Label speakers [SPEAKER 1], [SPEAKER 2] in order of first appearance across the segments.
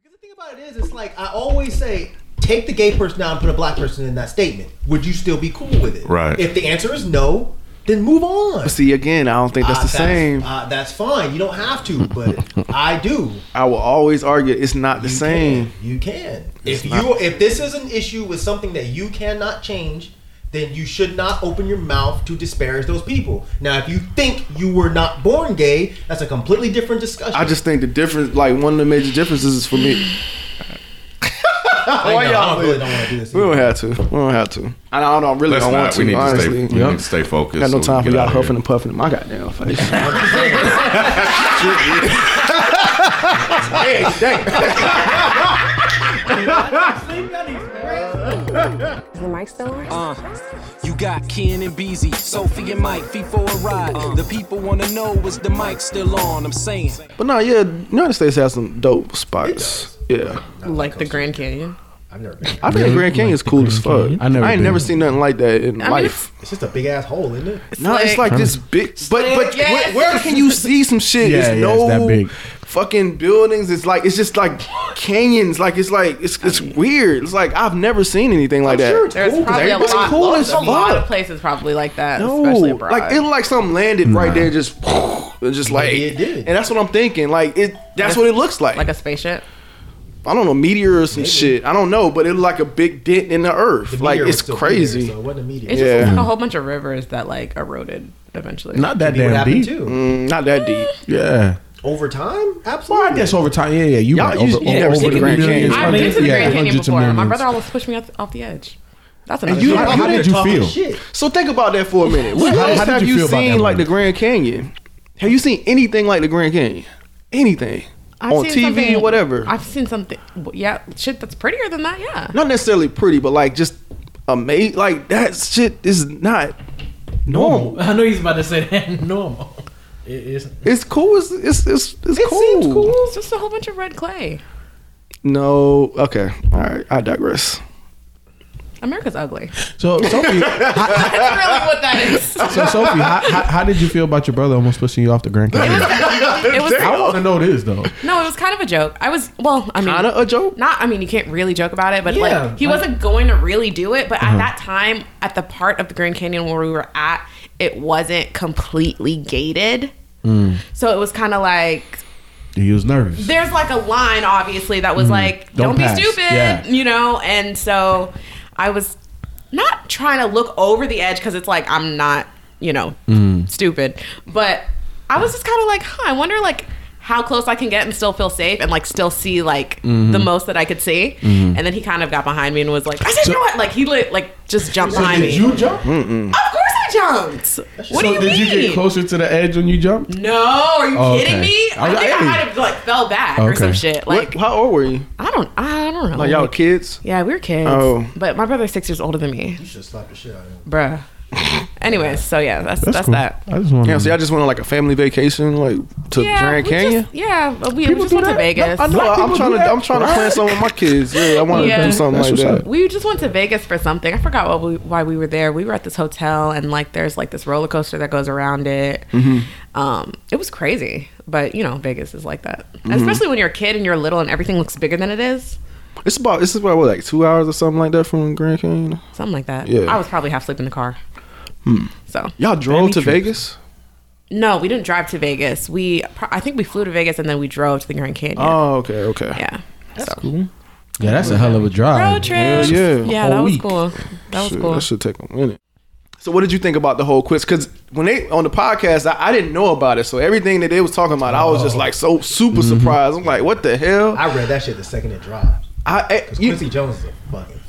[SPEAKER 1] Because the thing about it is, it's like I always say, take the gay person out and put a black person in that statement. Would you still be cool with it?
[SPEAKER 2] Right.
[SPEAKER 1] If the answer is no, then move on.
[SPEAKER 3] See, again, I don't think that's
[SPEAKER 1] Uh,
[SPEAKER 3] the same.
[SPEAKER 1] Uh, that's fine. You don't have to, but I do.
[SPEAKER 3] I will always argue it's not the
[SPEAKER 1] You
[SPEAKER 3] same.
[SPEAKER 1] can. You can. If you if this is an issue with something that you cannot change, then you should not open your mouth to disparage those people. Now, if you think you were not born gay, that's a completely different discussion.
[SPEAKER 3] I just think the difference, like one of the major differences is for me.
[SPEAKER 1] I, know, I don't really don't want to do this.
[SPEAKER 3] We
[SPEAKER 1] either.
[SPEAKER 3] don't have to. We don't have to. And I don't, I really
[SPEAKER 2] Let's
[SPEAKER 3] don't want
[SPEAKER 2] not.
[SPEAKER 3] to.
[SPEAKER 2] We need to
[SPEAKER 3] honestly,
[SPEAKER 2] stay. We
[SPEAKER 3] Yep.
[SPEAKER 2] need to stay focused.
[SPEAKER 3] Got no
[SPEAKER 2] so we
[SPEAKER 3] time for
[SPEAKER 2] can get
[SPEAKER 3] y'all
[SPEAKER 2] out of
[SPEAKER 3] huffing
[SPEAKER 2] here.
[SPEAKER 3] and puffing in my goddamn face.
[SPEAKER 4] Is the mic still on?
[SPEAKER 5] You got Ken and Beezy, Sophie and Mike, feet for a ride. The people wanna know is the mic still on? I'm saying.
[SPEAKER 3] but no, yeah, United States has some dope spots. Yeah,
[SPEAKER 6] like the Grand Canyon.
[SPEAKER 1] I've never been.
[SPEAKER 3] I think the Grand Canyon's cool as fuck.
[SPEAKER 7] I never
[SPEAKER 3] I ain't
[SPEAKER 7] been.
[SPEAKER 3] never seen nothing like that in life.
[SPEAKER 1] It's just a big ass hole, isn't it?
[SPEAKER 3] No, it's like this big, but but
[SPEAKER 6] Yes.
[SPEAKER 3] where, where can you see some shit?
[SPEAKER 7] Yeah,
[SPEAKER 3] it's
[SPEAKER 7] yeah, it's
[SPEAKER 3] no
[SPEAKER 7] that big.
[SPEAKER 3] fucking buildings. It's like it's just like canyons. Like it's like it's it's weird. It's like I've never seen anything like that.
[SPEAKER 1] sure it's
[SPEAKER 6] There's
[SPEAKER 1] cool 'cause
[SPEAKER 6] probably a
[SPEAKER 1] everybody's
[SPEAKER 6] lot,
[SPEAKER 3] cool
[SPEAKER 1] loves it.
[SPEAKER 3] as
[SPEAKER 6] a lot of
[SPEAKER 3] fuck.
[SPEAKER 6] places probably like that,
[SPEAKER 3] No,
[SPEAKER 6] especially abroad.
[SPEAKER 3] like it like something landed right there, and just and just like
[SPEAKER 1] Maybe it did.
[SPEAKER 3] and that's what I'm thinking. Like it, that's what it looks like.
[SPEAKER 6] like a spaceship.
[SPEAKER 3] I don't know, meteor or some shit. I don't know, but it looked like a big dent in the earth.
[SPEAKER 1] The
[SPEAKER 3] like
[SPEAKER 1] meteor
[SPEAKER 3] it's
[SPEAKER 1] was still
[SPEAKER 3] crazy.
[SPEAKER 1] There, so it wasn't immediate.
[SPEAKER 6] It's
[SPEAKER 3] Yeah.
[SPEAKER 6] just like a whole bunch of rivers that like eroded eventually.
[SPEAKER 7] Not that
[SPEAKER 1] Maybe what
[SPEAKER 7] damn
[SPEAKER 1] happened
[SPEAKER 7] deep.
[SPEAKER 1] too.
[SPEAKER 3] Mm, Not that deep.
[SPEAKER 7] Yeah.
[SPEAKER 1] Over time, absolutely.
[SPEAKER 7] Well, I guess over time. Yeah, yeah. You
[SPEAKER 3] Y'all-
[SPEAKER 7] right.
[SPEAKER 3] you-
[SPEAKER 7] over,
[SPEAKER 3] you never
[SPEAKER 7] over
[SPEAKER 3] seen
[SPEAKER 7] the
[SPEAKER 3] the
[SPEAKER 7] Grand
[SPEAKER 3] Grand
[SPEAKER 7] Canyon.
[SPEAKER 3] Canyon.
[SPEAKER 6] I've been to the Grand Canyon
[SPEAKER 7] hundreds of
[SPEAKER 6] before. My
[SPEAKER 7] millions.
[SPEAKER 6] brother almost pushed me off, off the edge. That's another.
[SPEAKER 7] you-
[SPEAKER 6] story.
[SPEAKER 1] Out
[SPEAKER 7] how
[SPEAKER 1] here
[SPEAKER 7] did you
[SPEAKER 1] talking
[SPEAKER 7] feel?
[SPEAKER 1] Shit.
[SPEAKER 3] So think about that for a minute. What
[SPEAKER 7] How-
[SPEAKER 3] else
[SPEAKER 7] how did
[SPEAKER 3] have
[SPEAKER 7] you
[SPEAKER 3] you
[SPEAKER 7] feel about
[SPEAKER 3] seen
[SPEAKER 7] that
[SPEAKER 3] like the
[SPEAKER 7] one?
[SPEAKER 3] Grand Canyon? Have you seen anything like the Grand Canyon? Anything
[SPEAKER 6] I've
[SPEAKER 3] on
[SPEAKER 6] seen
[SPEAKER 3] TV,
[SPEAKER 6] something-
[SPEAKER 3] whatever.
[SPEAKER 6] I've seen something. Yeah, shit that's prettier than that. Yeah.
[SPEAKER 3] Not necessarily pretty, but like just amazing. Like that shit is not normal.
[SPEAKER 8] I know he's about to say that normal. It, it's
[SPEAKER 3] It's cool. It's it's it's, it's cool.
[SPEAKER 6] It's just a whole bunch of red clay.
[SPEAKER 3] No. Okay. All right. I digress.
[SPEAKER 6] America's ugly.
[SPEAKER 7] So Sophie,
[SPEAKER 6] That's really what that is.
[SPEAKER 7] so Sophie, how, how, how did you feel about your brother almost pushing you off the Grand Canyon?
[SPEAKER 6] It was
[SPEAKER 7] I want to know this though.
[SPEAKER 6] no, it was kind of a joke. I was well. I mean,
[SPEAKER 3] Not a, a joke.
[SPEAKER 6] not I mean you can't really joke about it, but
[SPEAKER 1] Yeah,
[SPEAKER 6] like he
[SPEAKER 1] like-
[SPEAKER 6] wasn't going to really do it. But at that time, at the part of the Grand Canyon where we were at, it wasn't completely gated. So it was kind of like
[SPEAKER 7] He was nervous.
[SPEAKER 6] there's like a line obviously that was like
[SPEAKER 7] Mm-hmm. Don't
[SPEAKER 6] don't,
[SPEAKER 7] pass."
[SPEAKER 6] be stupid,
[SPEAKER 7] Yeah.
[SPEAKER 6] you know. And so I was not trying to look over the edge because it's like I'm not, you know,
[SPEAKER 7] Mm.
[SPEAKER 6] stupid. But I was just kind of like, huh, I wonder like how close I can get and still feel safe and like still see like
[SPEAKER 7] Mm-hmm.
[SPEAKER 6] the most that I could see. And then he kind of got behind me and was like, I said, you know what? Like he lit, like just jumped behind me.
[SPEAKER 1] jump?
[SPEAKER 6] of course I jumped. What do
[SPEAKER 7] so
[SPEAKER 6] you
[SPEAKER 7] did
[SPEAKER 6] mean?
[SPEAKER 7] you get closer to the edge when you jumped?
[SPEAKER 6] No, are you
[SPEAKER 7] Oh, Okay.
[SPEAKER 6] kidding me? I,
[SPEAKER 7] I was
[SPEAKER 6] think I
[SPEAKER 7] like,
[SPEAKER 6] might
[SPEAKER 7] hey.
[SPEAKER 6] have like fell back or
[SPEAKER 7] Okay.
[SPEAKER 6] some shit. Like
[SPEAKER 3] What, how old were you?
[SPEAKER 6] I don't. I don't know.
[SPEAKER 3] Like y'all kids?
[SPEAKER 6] yeah, we were kids.
[SPEAKER 3] Oh.
[SPEAKER 6] But my brother's six years older than me,
[SPEAKER 1] You should slap the shit out of him.
[SPEAKER 6] bruh. Anyways, so yeah, that's
[SPEAKER 7] That's,
[SPEAKER 6] that's,
[SPEAKER 7] cool.
[SPEAKER 6] that.
[SPEAKER 7] I just want
[SPEAKER 3] Yeah.
[SPEAKER 7] to.
[SPEAKER 3] So y'all just went on like a family vacation, like to Grand
[SPEAKER 6] we
[SPEAKER 3] Canyon.
[SPEAKER 6] Just, yeah, but we, we just
[SPEAKER 7] do
[SPEAKER 6] went to
[SPEAKER 7] that?
[SPEAKER 6] Vegas.
[SPEAKER 7] I know.
[SPEAKER 3] No,
[SPEAKER 7] Black
[SPEAKER 3] I'm
[SPEAKER 7] people
[SPEAKER 3] trying
[SPEAKER 7] do
[SPEAKER 3] to.
[SPEAKER 7] that,
[SPEAKER 3] I'm trying to
[SPEAKER 7] right?
[SPEAKER 3] plan something with my kids. Yeah, I want to
[SPEAKER 6] Yeah.
[SPEAKER 3] do something
[SPEAKER 7] That's
[SPEAKER 3] like
[SPEAKER 7] what's
[SPEAKER 3] that.
[SPEAKER 7] up.
[SPEAKER 6] we just went to Vegas for something. I forgot what we, why we were there. We were at this hotel and like there's like this roller coaster that goes around it.
[SPEAKER 3] Mm-hmm.
[SPEAKER 6] Um, it was crazy, but you know Vegas is like that,
[SPEAKER 3] Mm-hmm.
[SPEAKER 6] especially when you're a kid and you're little and everything looks bigger than it is.
[SPEAKER 3] It's about. It's about what, like two hours or something like that from Grand Canyon.
[SPEAKER 6] Something like that.
[SPEAKER 3] Yeah. Hmm.
[SPEAKER 6] I was probably half asleep in the car. So
[SPEAKER 3] Y'all drove to Vegas.
[SPEAKER 6] No, we didn't drive to Vegas. We, I think we flew to Vegas and then we drove to the Grand Canyon.
[SPEAKER 3] Oh, okay, okay.
[SPEAKER 6] yeah. so.
[SPEAKER 7] yeah, that's a hell of a drive.
[SPEAKER 6] Road trip.
[SPEAKER 3] Yeah, yeah.
[SPEAKER 6] Yeah,
[SPEAKER 7] Whole
[SPEAKER 6] that was
[SPEAKER 7] week.
[SPEAKER 6] cool. That was
[SPEAKER 3] Shit,
[SPEAKER 6] cool.
[SPEAKER 3] That should take a minute. So, what did you think about the whole quiz? Because when they on the podcast, I, I didn't know about it. So everything that they was talking about, I was just like so super surprised. I'm like, what the hell? I,
[SPEAKER 1] I read that shit the second it dropped.
[SPEAKER 3] I
[SPEAKER 1] Because
[SPEAKER 3] you-
[SPEAKER 1] Quincy Jones is a fucking.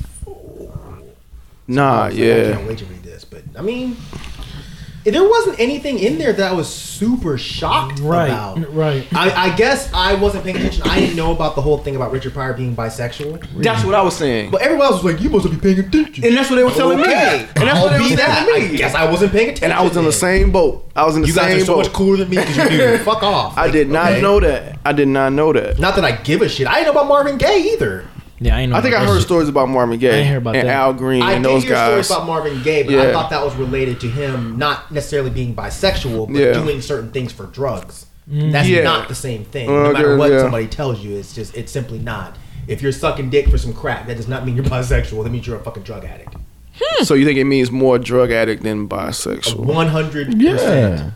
[SPEAKER 3] nah,
[SPEAKER 1] I was like, I
[SPEAKER 3] Uh, yeah.
[SPEAKER 1] can't wait to read this, but I mean, there wasn't anything in there that I was super shocked
[SPEAKER 8] Right,
[SPEAKER 1] about.
[SPEAKER 8] right.
[SPEAKER 1] I, I guess I wasn't paying attention. I didn't know about the whole thing about Richard Pryor being bisexual.
[SPEAKER 3] That's what I was saying.
[SPEAKER 1] But everybody else was like, "You must be paying attention."
[SPEAKER 3] And that's what they were telling me.
[SPEAKER 1] okay.
[SPEAKER 3] And that's
[SPEAKER 1] I'll
[SPEAKER 3] what they
[SPEAKER 1] be
[SPEAKER 3] were
[SPEAKER 1] that.
[SPEAKER 3] telling me.
[SPEAKER 1] I guess I wasn't paying attention.
[SPEAKER 3] and I was in the
[SPEAKER 1] then.
[SPEAKER 3] same boat. I was in the
[SPEAKER 1] You
[SPEAKER 3] same
[SPEAKER 1] guys are so
[SPEAKER 3] boat.
[SPEAKER 1] much cooler than me because you do. Fuck off.
[SPEAKER 3] I
[SPEAKER 1] Like,
[SPEAKER 3] did not
[SPEAKER 1] okay.
[SPEAKER 3] know that. I did not know that.
[SPEAKER 1] Not that I give a shit. I didn't know about Marvin Gaye either.
[SPEAKER 8] Yeah, I ain't know.
[SPEAKER 3] I think
[SPEAKER 8] about
[SPEAKER 3] I
[SPEAKER 8] that
[SPEAKER 3] heard
[SPEAKER 8] shit.
[SPEAKER 3] stories about Marvin Gaye
[SPEAKER 8] I ain't hear about
[SPEAKER 3] and
[SPEAKER 8] that.
[SPEAKER 3] Al Green
[SPEAKER 1] I
[SPEAKER 3] and
[SPEAKER 1] did
[SPEAKER 3] those
[SPEAKER 1] hear stories
[SPEAKER 3] guys.
[SPEAKER 1] about Marvin Gaye, but I
[SPEAKER 3] Yeah.
[SPEAKER 1] thought that was related to him not necessarily being bisexual, but
[SPEAKER 3] Yeah.
[SPEAKER 1] doing certain things for drugs. That's
[SPEAKER 3] Yeah.
[SPEAKER 1] not the same thing.
[SPEAKER 3] Uh,
[SPEAKER 1] no matter
[SPEAKER 3] yeah,
[SPEAKER 1] what
[SPEAKER 3] yeah.
[SPEAKER 1] somebody tells you, it's just it's simply not. If you're sucking dick for some crack, that does not mean you're bisexual. That means you're a fucking drug addict.
[SPEAKER 3] So you think it means more drug addict than bisexual?
[SPEAKER 1] One hundred
[SPEAKER 7] Yeah.
[SPEAKER 1] percent.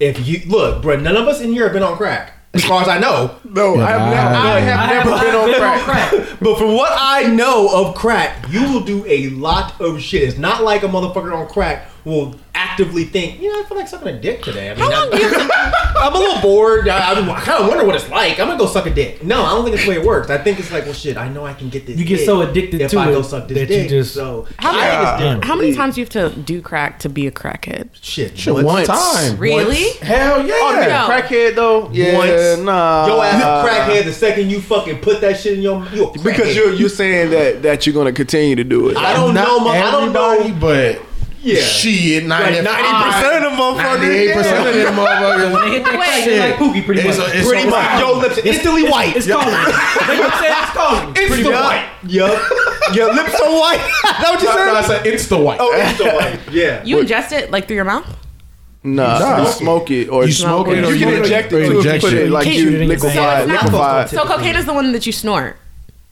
[SPEAKER 1] If you look, bro, none of us in here have been on crack, as far as I know.
[SPEAKER 3] No, I have,
[SPEAKER 7] Yeah.
[SPEAKER 3] not, I have
[SPEAKER 8] I have
[SPEAKER 3] never
[SPEAKER 8] not
[SPEAKER 3] been on crack.
[SPEAKER 1] But from what I know of crack, you will do a lot of shit. It's not like a motherfucker on crack will actively think, you know, I feel like sucking a dick today. I mean, I'm, I'm a little bored. I, I, kind of wonder what it's like. I'm gonna go suck a dick. No, I don't think that's the way it works. I think it's like, well, shit, I know I can get this.
[SPEAKER 8] You get
[SPEAKER 1] dick
[SPEAKER 8] so addicted
[SPEAKER 1] if
[SPEAKER 8] to
[SPEAKER 1] I go
[SPEAKER 8] it
[SPEAKER 1] suck this
[SPEAKER 8] that you
[SPEAKER 1] dick.
[SPEAKER 8] just-
[SPEAKER 1] so
[SPEAKER 6] How many,
[SPEAKER 1] I think it's
[SPEAKER 6] how many times do you have to do crack to be a crackhead?
[SPEAKER 1] shit.
[SPEAKER 7] Shit, one
[SPEAKER 3] Once.
[SPEAKER 7] time.
[SPEAKER 6] Really?
[SPEAKER 3] Hell Oh, yeah.
[SPEAKER 6] No.
[SPEAKER 3] Crackhead though. Yeah,
[SPEAKER 1] Once.
[SPEAKER 3] nah.
[SPEAKER 1] Yo ass a crackhead. The second you fucking put that shit in your, you a crackhead.
[SPEAKER 3] Because you're you're saying that that you're gonna continue to do it.
[SPEAKER 1] I don't
[SPEAKER 7] Not
[SPEAKER 1] know. My, I don't
[SPEAKER 7] everybody,
[SPEAKER 1] know.
[SPEAKER 7] But
[SPEAKER 1] Yeah.
[SPEAKER 7] shit,
[SPEAKER 1] Like
[SPEAKER 7] 90
[SPEAKER 1] ninety percent of motherfuckers.
[SPEAKER 7] 98% of them motherfuckers.
[SPEAKER 8] When they hit that
[SPEAKER 6] Wait.
[SPEAKER 8] crack, they like Pookie pretty
[SPEAKER 7] It's
[SPEAKER 8] much.
[SPEAKER 7] a- it's
[SPEAKER 1] Pretty
[SPEAKER 7] a-
[SPEAKER 1] much. Your lips are instantly white.
[SPEAKER 8] It's calling. They gonna say it's calling.
[SPEAKER 1] It's the white. Yup. Your lips so white. Is that what you
[SPEAKER 7] No, I
[SPEAKER 1] said?
[SPEAKER 7] said insta white.
[SPEAKER 1] Oh, it's the white. Yeah.
[SPEAKER 6] You ingest it like through your mouth?
[SPEAKER 3] Nah,
[SPEAKER 7] Nah.
[SPEAKER 3] you smoke it or
[SPEAKER 7] You smoke it or
[SPEAKER 3] You
[SPEAKER 7] you
[SPEAKER 3] can
[SPEAKER 7] put it-
[SPEAKER 3] inject
[SPEAKER 7] or
[SPEAKER 3] it. too if You
[SPEAKER 7] inject
[SPEAKER 3] put
[SPEAKER 7] it.
[SPEAKER 3] it like
[SPEAKER 8] Can't
[SPEAKER 3] you
[SPEAKER 8] shoot it in your
[SPEAKER 3] liquefy,
[SPEAKER 6] veins. So it's
[SPEAKER 3] liquefy.
[SPEAKER 1] not-
[SPEAKER 6] So cocaine is the one that you snort.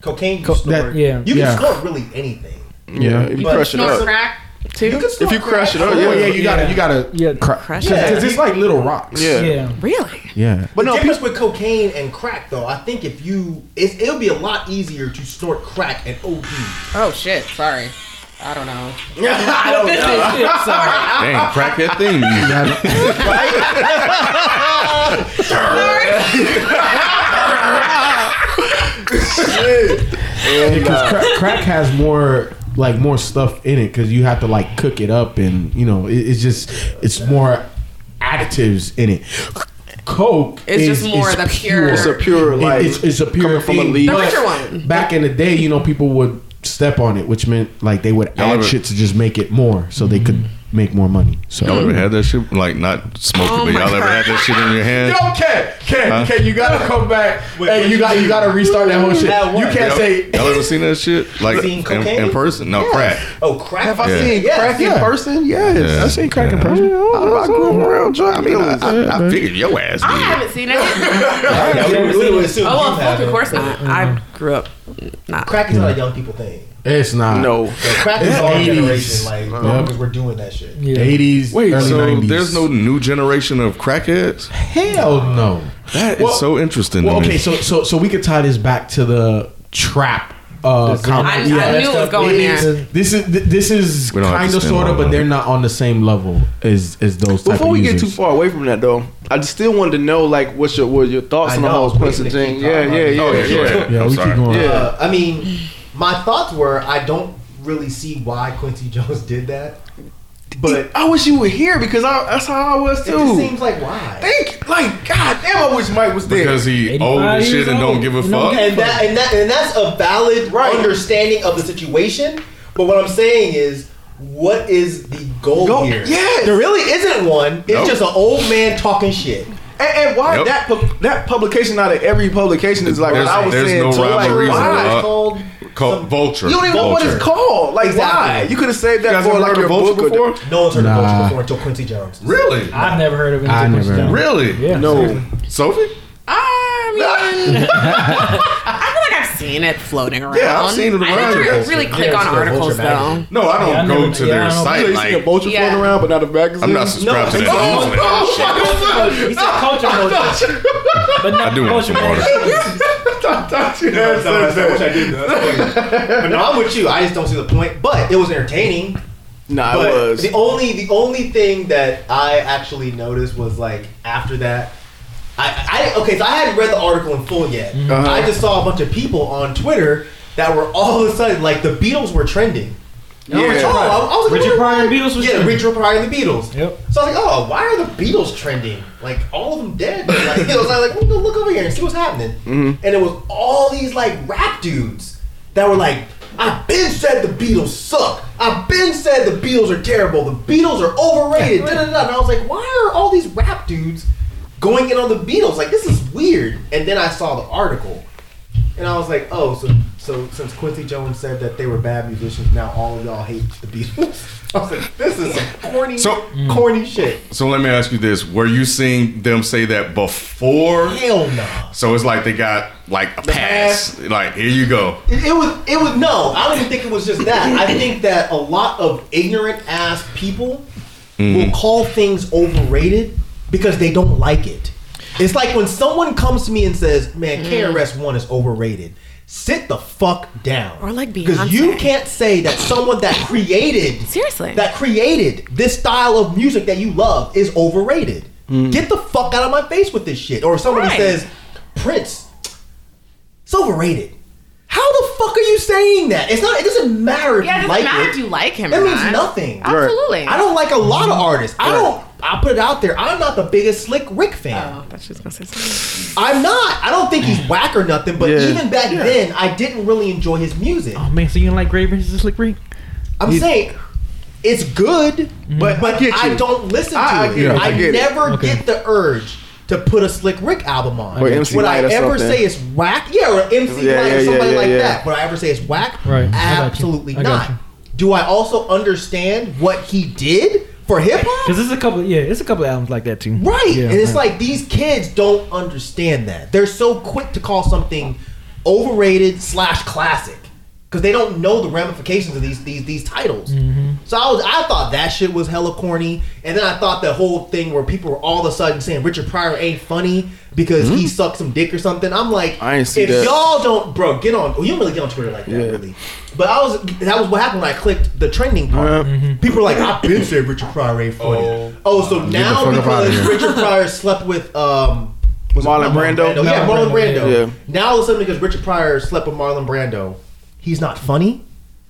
[SPEAKER 1] Cocaine. You snort.
[SPEAKER 7] that-
[SPEAKER 8] yeah.
[SPEAKER 1] You can
[SPEAKER 7] Yeah.
[SPEAKER 1] snort really anything.
[SPEAKER 3] Yeah, if you
[SPEAKER 1] But-
[SPEAKER 3] crush it
[SPEAKER 6] Snort
[SPEAKER 3] up.
[SPEAKER 6] crack too?
[SPEAKER 1] You can
[SPEAKER 3] If
[SPEAKER 1] snort
[SPEAKER 3] you crush it up,
[SPEAKER 7] Oh yeah,
[SPEAKER 3] yeah.
[SPEAKER 7] you gotta, you gotta,
[SPEAKER 8] Yeah.
[SPEAKER 7] crash.
[SPEAKER 1] Yeah.
[SPEAKER 7] Cause it's like little rocks.
[SPEAKER 3] Yeah.
[SPEAKER 8] Yeah.
[SPEAKER 6] really?
[SPEAKER 7] yeah.
[SPEAKER 3] But
[SPEAKER 1] The
[SPEAKER 3] no,
[SPEAKER 1] difference with cocaine and crack, though, I think if you, it's, it'll be a lot easier to snort crack and OD.
[SPEAKER 6] Oh shit, sorry. I don't know.
[SPEAKER 1] I don't know.
[SPEAKER 8] Sorry.
[SPEAKER 2] Dang, crack that thing.
[SPEAKER 7] because crack, crack has more like more stuff in it because you have to like cook it up and you know it, it's just it's more additives in it. Coke
[SPEAKER 6] It's
[SPEAKER 7] is,
[SPEAKER 6] just more
[SPEAKER 7] is
[SPEAKER 6] the pure- It's a
[SPEAKER 3] pure,
[SPEAKER 7] It-
[SPEAKER 3] like,
[SPEAKER 7] it's, it's a pure
[SPEAKER 3] coming from a
[SPEAKER 7] thing,
[SPEAKER 3] leaf.
[SPEAKER 6] The
[SPEAKER 7] but
[SPEAKER 6] richer one.
[SPEAKER 7] Back in the day, you know, people would step on it, which meant like they would
[SPEAKER 2] Y'all
[SPEAKER 7] add
[SPEAKER 2] ever-
[SPEAKER 7] shit to just make it more, so they could
[SPEAKER 6] Mm-hmm.
[SPEAKER 7] make more money. So
[SPEAKER 2] Y'all ever had that shit? Like not smoking,
[SPEAKER 6] Oh
[SPEAKER 2] but
[SPEAKER 6] my
[SPEAKER 2] y'all ever
[SPEAKER 6] God.
[SPEAKER 2] had that shit in your hand?
[SPEAKER 7] Yo, Ken, Ken,
[SPEAKER 2] Huh?
[SPEAKER 7] Ken, you gotta come back. hey, you got you gotta restart that whole shit.
[SPEAKER 1] That
[SPEAKER 7] You
[SPEAKER 1] one.
[SPEAKER 7] can't
[SPEAKER 2] Y'all,
[SPEAKER 7] say
[SPEAKER 2] y'all ever seen that shit? Like
[SPEAKER 1] Seen
[SPEAKER 2] in,
[SPEAKER 1] cocaine?
[SPEAKER 2] in person? No, crack.
[SPEAKER 1] Oh, crack.
[SPEAKER 3] Have I
[SPEAKER 2] Yeah.
[SPEAKER 3] seen
[SPEAKER 1] Yes.
[SPEAKER 3] crack
[SPEAKER 7] Yeah.
[SPEAKER 3] in person? Yes.
[SPEAKER 2] Yeah.
[SPEAKER 3] I've seen crack in person. I, I grew up around drug
[SPEAKER 2] I mean, I,
[SPEAKER 3] dealers.
[SPEAKER 2] I, I figured your ass.
[SPEAKER 6] I
[SPEAKER 2] Did.
[SPEAKER 6] haven't seen it. oh
[SPEAKER 1] Yeah, we- we would assume you
[SPEAKER 6] well
[SPEAKER 1] have
[SPEAKER 6] fuck,
[SPEAKER 1] it.
[SPEAKER 6] of course not. I grew up not
[SPEAKER 1] Crack is not a young people thing.
[SPEAKER 7] it's not.
[SPEAKER 3] No.
[SPEAKER 1] Like, crack is
[SPEAKER 7] It's
[SPEAKER 1] our
[SPEAKER 7] 80s.
[SPEAKER 1] generation. Like,
[SPEAKER 7] Yep.
[SPEAKER 1] motherfuckers were doing that shit.
[SPEAKER 8] Yeah.
[SPEAKER 7] Eighties,
[SPEAKER 2] Wait,
[SPEAKER 7] early
[SPEAKER 2] so
[SPEAKER 7] 90s.
[SPEAKER 2] there's no new generation of crackheads?
[SPEAKER 7] hell no.
[SPEAKER 2] That is
[SPEAKER 7] Well-
[SPEAKER 2] so interesting.
[SPEAKER 7] Well,
[SPEAKER 2] to me.
[SPEAKER 7] okay, so so so we could tie this back to the trap. Uh, com-
[SPEAKER 6] I- I knew it was
[SPEAKER 7] stuff
[SPEAKER 6] going
[SPEAKER 7] is-
[SPEAKER 6] there.
[SPEAKER 7] This is th- this is
[SPEAKER 2] We don't have to
[SPEAKER 7] kind of
[SPEAKER 2] spend
[SPEAKER 7] sort
[SPEAKER 2] all
[SPEAKER 7] of, but
[SPEAKER 2] that.
[SPEAKER 7] they're not on the same level as as those. Type
[SPEAKER 3] Before
[SPEAKER 7] of
[SPEAKER 3] we get too
[SPEAKER 7] users.
[SPEAKER 3] far away from that, though, I just still wanted to know, like, what's your what your thoughts
[SPEAKER 1] I
[SPEAKER 3] on the
[SPEAKER 1] know, I
[SPEAKER 3] whole
[SPEAKER 1] was waiting
[SPEAKER 3] Quincy
[SPEAKER 1] to
[SPEAKER 3] thing?
[SPEAKER 1] keep
[SPEAKER 3] Yeah,
[SPEAKER 1] talking
[SPEAKER 3] yeah,
[SPEAKER 1] about
[SPEAKER 3] yeah,
[SPEAKER 2] Oh, yeah, go
[SPEAKER 3] yeah.
[SPEAKER 2] ahead.
[SPEAKER 7] yeah,
[SPEAKER 2] I'm
[SPEAKER 7] we
[SPEAKER 2] sorry.
[SPEAKER 7] keep going.
[SPEAKER 3] Yeah.
[SPEAKER 1] Uh, I mean, my thoughts were I don't really see why Quincy Jones did that, but
[SPEAKER 3] I wish you were here because I, that's how I was
[SPEAKER 1] it just
[SPEAKER 3] too.
[SPEAKER 1] seems like why.
[SPEAKER 3] Think like, god damn, I wish Mike was there.
[SPEAKER 2] because he
[SPEAKER 8] 85
[SPEAKER 2] old and shit
[SPEAKER 8] years
[SPEAKER 2] and
[SPEAKER 8] old.
[SPEAKER 2] don't give a
[SPEAKER 8] You know,
[SPEAKER 2] fuck.
[SPEAKER 8] okay.
[SPEAKER 1] and that and that and that's a valid understanding of the situation. But what I'm saying is, what is the goal
[SPEAKER 3] Goal-
[SPEAKER 1] here?
[SPEAKER 3] Yes.
[SPEAKER 1] there really isn't one. It's
[SPEAKER 2] Nope.
[SPEAKER 1] just an old man talking shit.
[SPEAKER 3] And, and why
[SPEAKER 2] Yep.
[SPEAKER 3] that pub- that publication out of every publication is like
[SPEAKER 2] There's-
[SPEAKER 3] what I was
[SPEAKER 2] there's
[SPEAKER 3] saying
[SPEAKER 2] no
[SPEAKER 3] too.
[SPEAKER 2] rhyme
[SPEAKER 3] Like,
[SPEAKER 2] or reason,
[SPEAKER 3] why?
[SPEAKER 2] uh,
[SPEAKER 1] It's called
[SPEAKER 2] Called
[SPEAKER 1] some-
[SPEAKER 2] vulture.
[SPEAKER 3] You don't even know what
[SPEAKER 2] Vulture.
[SPEAKER 3] it's called. Like why?
[SPEAKER 1] Exactly.
[SPEAKER 3] You could have saved that
[SPEAKER 2] guys
[SPEAKER 3] for
[SPEAKER 2] ever
[SPEAKER 3] like
[SPEAKER 2] heard
[SPEAKER 3] your
[SPEAKER 2] of vulture
[SPEAKER 3] book or-
[SPEAKER 2] before?
[SPEAKER 1] No one's heard of
[SPEAKER 7] Nah.
[SPEAKER 1] culture before until Quincy Jones.
[SPEAKER 2] Really?
[SPEAKER 8] I've never heard of it.
[SPEAKER 7] I never-
[SPEAKER 2] Really?
[SPEAKER 8] Yeah.
[SPEAKER 3] No,
[SPEAKER 2] Sophie?
[SPEAKER 6] I mean, I feel like I've seen it floating around.
[SPEAKER 2] Yeah, I've seen it
[SPEAKER 6] I
[SPEAKER 2] around.
[SPEAKER 6] never really click
[SPEAKER 1] Yeah,
[SPEAKER 6] on
[SPEAKER 1] it's the
[SPEAKER 6] articles
[SPEAKER 1] Vulture
[SPEAKER 6] though.
[SPEAKER 1] magazine.
[SPEAKER 2] No, I don't
[SPEAKER 8] Yeah, I
[SPEAKER 2] go
[SPEAKER 8] never-
[SPEAKER 2] to
[SPEAKER 8] yeah, I
[SPEAKER 2] their
[SPEAKER 8] don't-
[SPEAKER 3] you
[SPEAKER 2] site.
[SPEAKER 3] ain't seen a
[SPEAKER 2] Like,
[SPEAKER 3] vulture
[SPEAKER 6] Yeah.
[SPEAKER 3] floating around, but not a magazine.
[SPEAKER 2] I'm not
[SPEAKER 1] No,
[SPEAKER 2] subscribed to
[SPEAKER 1] no,
[SPEAKER 2] that newsletter.
[SPEAKER 1] no,
[SPEAKER 2] Shit.
[SPEAKER 1] no,
[SPEAKER 8] He said culture vulture. But not
[SPEAKER 2] I do want
[SPEAKER 8] culture
[SPEAKER 2] some water.
[SPEAKER 8] vulture.
[SPEAKER 3] I thought you
[SPEAKER 1] no,
[SPEAKER 3] had
[SPEAKER 1] no,
[SPEAKER 3] said
[SPEAKER 1] I
[SPEAKER 3] that.
[SPEAKER 1] wish I did that. But no, I'm with you. I just don't see the point. But it was entertaining.
[SPEAKER 3] Nah,
[SPEAKER 1] But
[SPEAKER 3] it was.
[SPEAKER 1] the only the only thing that I actually noticed was like after that, I, I okay, so I hadn't read the article in full yet.
[SPEAKER 3] Uh-huh.
[SPEAKER 1] I just saw a bunch of people on Twitter that were all of a sudden like the Beatles were trending. Oh, I, I was like, what?
[SPEAKER 8] Richard Pryor and Beatles was
[SPEAKER 1] yeah,
[SPEAKER 8] trending.
[SPEAKER 1] Richard Pryor and the Beatles.
[SPEAKER 8] Yep.
[SPEAKER 1] So I was like, oh, why are the Beatles trending? Like all of them dead. Like, you know, so I was like, well, look over here and see what's happening. And it was all these like rap dudes that were like, I've been said the Beatles suck. I've been said the Beatles are terrible. The Beatles are overrated. da, da, da, da. And I was like, why are all these rap dudes going in on the Beatles? Like this is weird. And then I saw the article. And I was like, oh, so so since Quincy Jones said that they were bad musicians, now all of y'all hate the Beatles. I was like, this is some corny,
[SPEAKER 2] So-
[SPEAKER 1] corny shit.
[SPEAKER 2] So let me ask you this: Were you seeing them say that before?
[SPEAKER 1] Hell no.
[SPEAKER 2] So it's like they got like a pass. Like here you go.
[SPEAKER 1] It, it was it was no. I don't even think it was just that. I think that a lot of ignorant ass people will call things overrated because they don't like it. It's like when someone comes to me and says,
[SPEAKER 6] Mm.
[SPEAKER 1] "Man, KRS One is overrated." Sit the fuck down.
[SPEAKER 6] Or like
[SPEAKER 1] because you
[SPEAKER 6] Beyonce.
[SPEAKER 1] can't say that someone that created
[SPEAKER 6] Seriously.
[SPEAKER 1] that created this style of music that you love is overrated. Get the fuck out of my face with this shit. Or if somebody
[SPEAKER 6] Right.
[SPEAKER 1] says Prince, it's overrated. How the fuck are you saying that? It's not. It doesn't matter if
[SPEAKER 6] Yeah, it
[SPEAKER 1] you like
[SPEAKER 6] doesn't matter
[SPEAKER 1] it.
[SPEAKER 6] if you like him
[SPEAKER 1] That
[SPEAKER 6] or
[SPEAKER 1] means
[SPEAKER 6] not. Mm-hmm.
[SPEAKER 1] nothing.
[SPEAKER 6] Absolutely.
[SPEAKER 1] I don't like a lot of artists. I don't. I put it out there. I'm not the biggest Slick Rick fan.
[SPEAKER 6] Oh, I thought she was gonna say something.
[SPEAKER 1] I'm not. I don't think he's whack or nothing. But
[SPEAKER 3] Yeah.
[SPEAKER 1] even back then, I didn't really enjoy his music.
[SPEAKER 8] Oh man, so you don't like Gray versus Slick Rick?
[SPEAKER 1] I'm saying it's good, but but
[SPEAKER 3] get
[SPEAKER 1] I
[SPEAKER 3] you.
[SPEAKER 1] don't listen to
[SPEAKER 3] I- I
[SPEAKER 1] it.
[SPEAKER 3] get it.
[SPEAKER 1] I,
[SPEAKER 3] I get it.
[SPEAKER 1] never
[SPEAKER 8] Mm-hmm. Okay.
[SPEAKER 1] get the urge to put a Slick Rick album on.
[SPEAKER 3] Or MC
[SPEAKER 1] Would I
[SPEAKER 3] Lyte or
[SPEAKER 1] ever
[SPEAKER 3] something.
[SPEAKER 1] say it's whack? Yeah, or MC
[SPEAKER 3] Yeah,
[SPEAKER 1] Lyte
[SPEAKER 3] yeah,
[SPEAKER 1] or
[SPEAKER 3] yeah,
[SPEAKER 1] somebody
[SPEAKER 3] yeah,
[SPEAKER 1] like
[SPEAKER 3] yeah.
[SPEAKER 1] that. Would I ever say it's whack?
[SPEAKER 8] Right. I got you.
[SPEAKER 1] Absolutely
[SPEAKER 8] I
[SPEAKER 1] not.
[SPEAKER 8] got you.
[SPEAKER 1] Do I also understand what he did for hip hop?
[SPEAKER 8] Because it's a couple. Yeah, it's a couple albums like that too.
[SPEAKER 1] Right.
[SPEAKER 8] Yeah,
[SPEAKER 1] and it's
[SPEAKER 8] right.
[SPEAKER 1] like these kids don't understand that. They're so quick to call something overrated slash classic because they don't know the ramifications of these these these titles.
[SPEAKER 3] Mm-hmm.
[SPEAKER 1] So I was I thought that shit was hella corny, and then I thought the whole thing where people were all of a sudden saying Richard Pryor ain't funny because he sucked some dick or something. I'm like,
[SPEAKER 3] Mm-hmm. I ain't see
[SPEAKER 1] if
[SPEAKER 3] that.
[SPEAKER 1] y'all don't, bro, get on. You don't really get on Twitter like that,
[SPEAKER 3] Yeah.
[SPEAKER 1] really. But I was that was what happened when I clicked the trending part. People were like, I've been said Richard Pryor ain't funny. Oh, so now
[SPEAKER 7] fuck up outta
[SPEAKER 1] because
[SPEAKER 7] here.
[SPEAKER 1] Richard Pryor slept with um was it
[SPEAKER 3] Marlon Brando?
[SPEAKER 1] yeah, Marlon
[SPEAKER 8] Marlon Brando,
[SPEAKER 1] Brando.
[SPEAKER 3] yeah.
[SPEAKER 1] Now all of a sudden because Richard Pryor slept with Marlon Brando, he's not funny.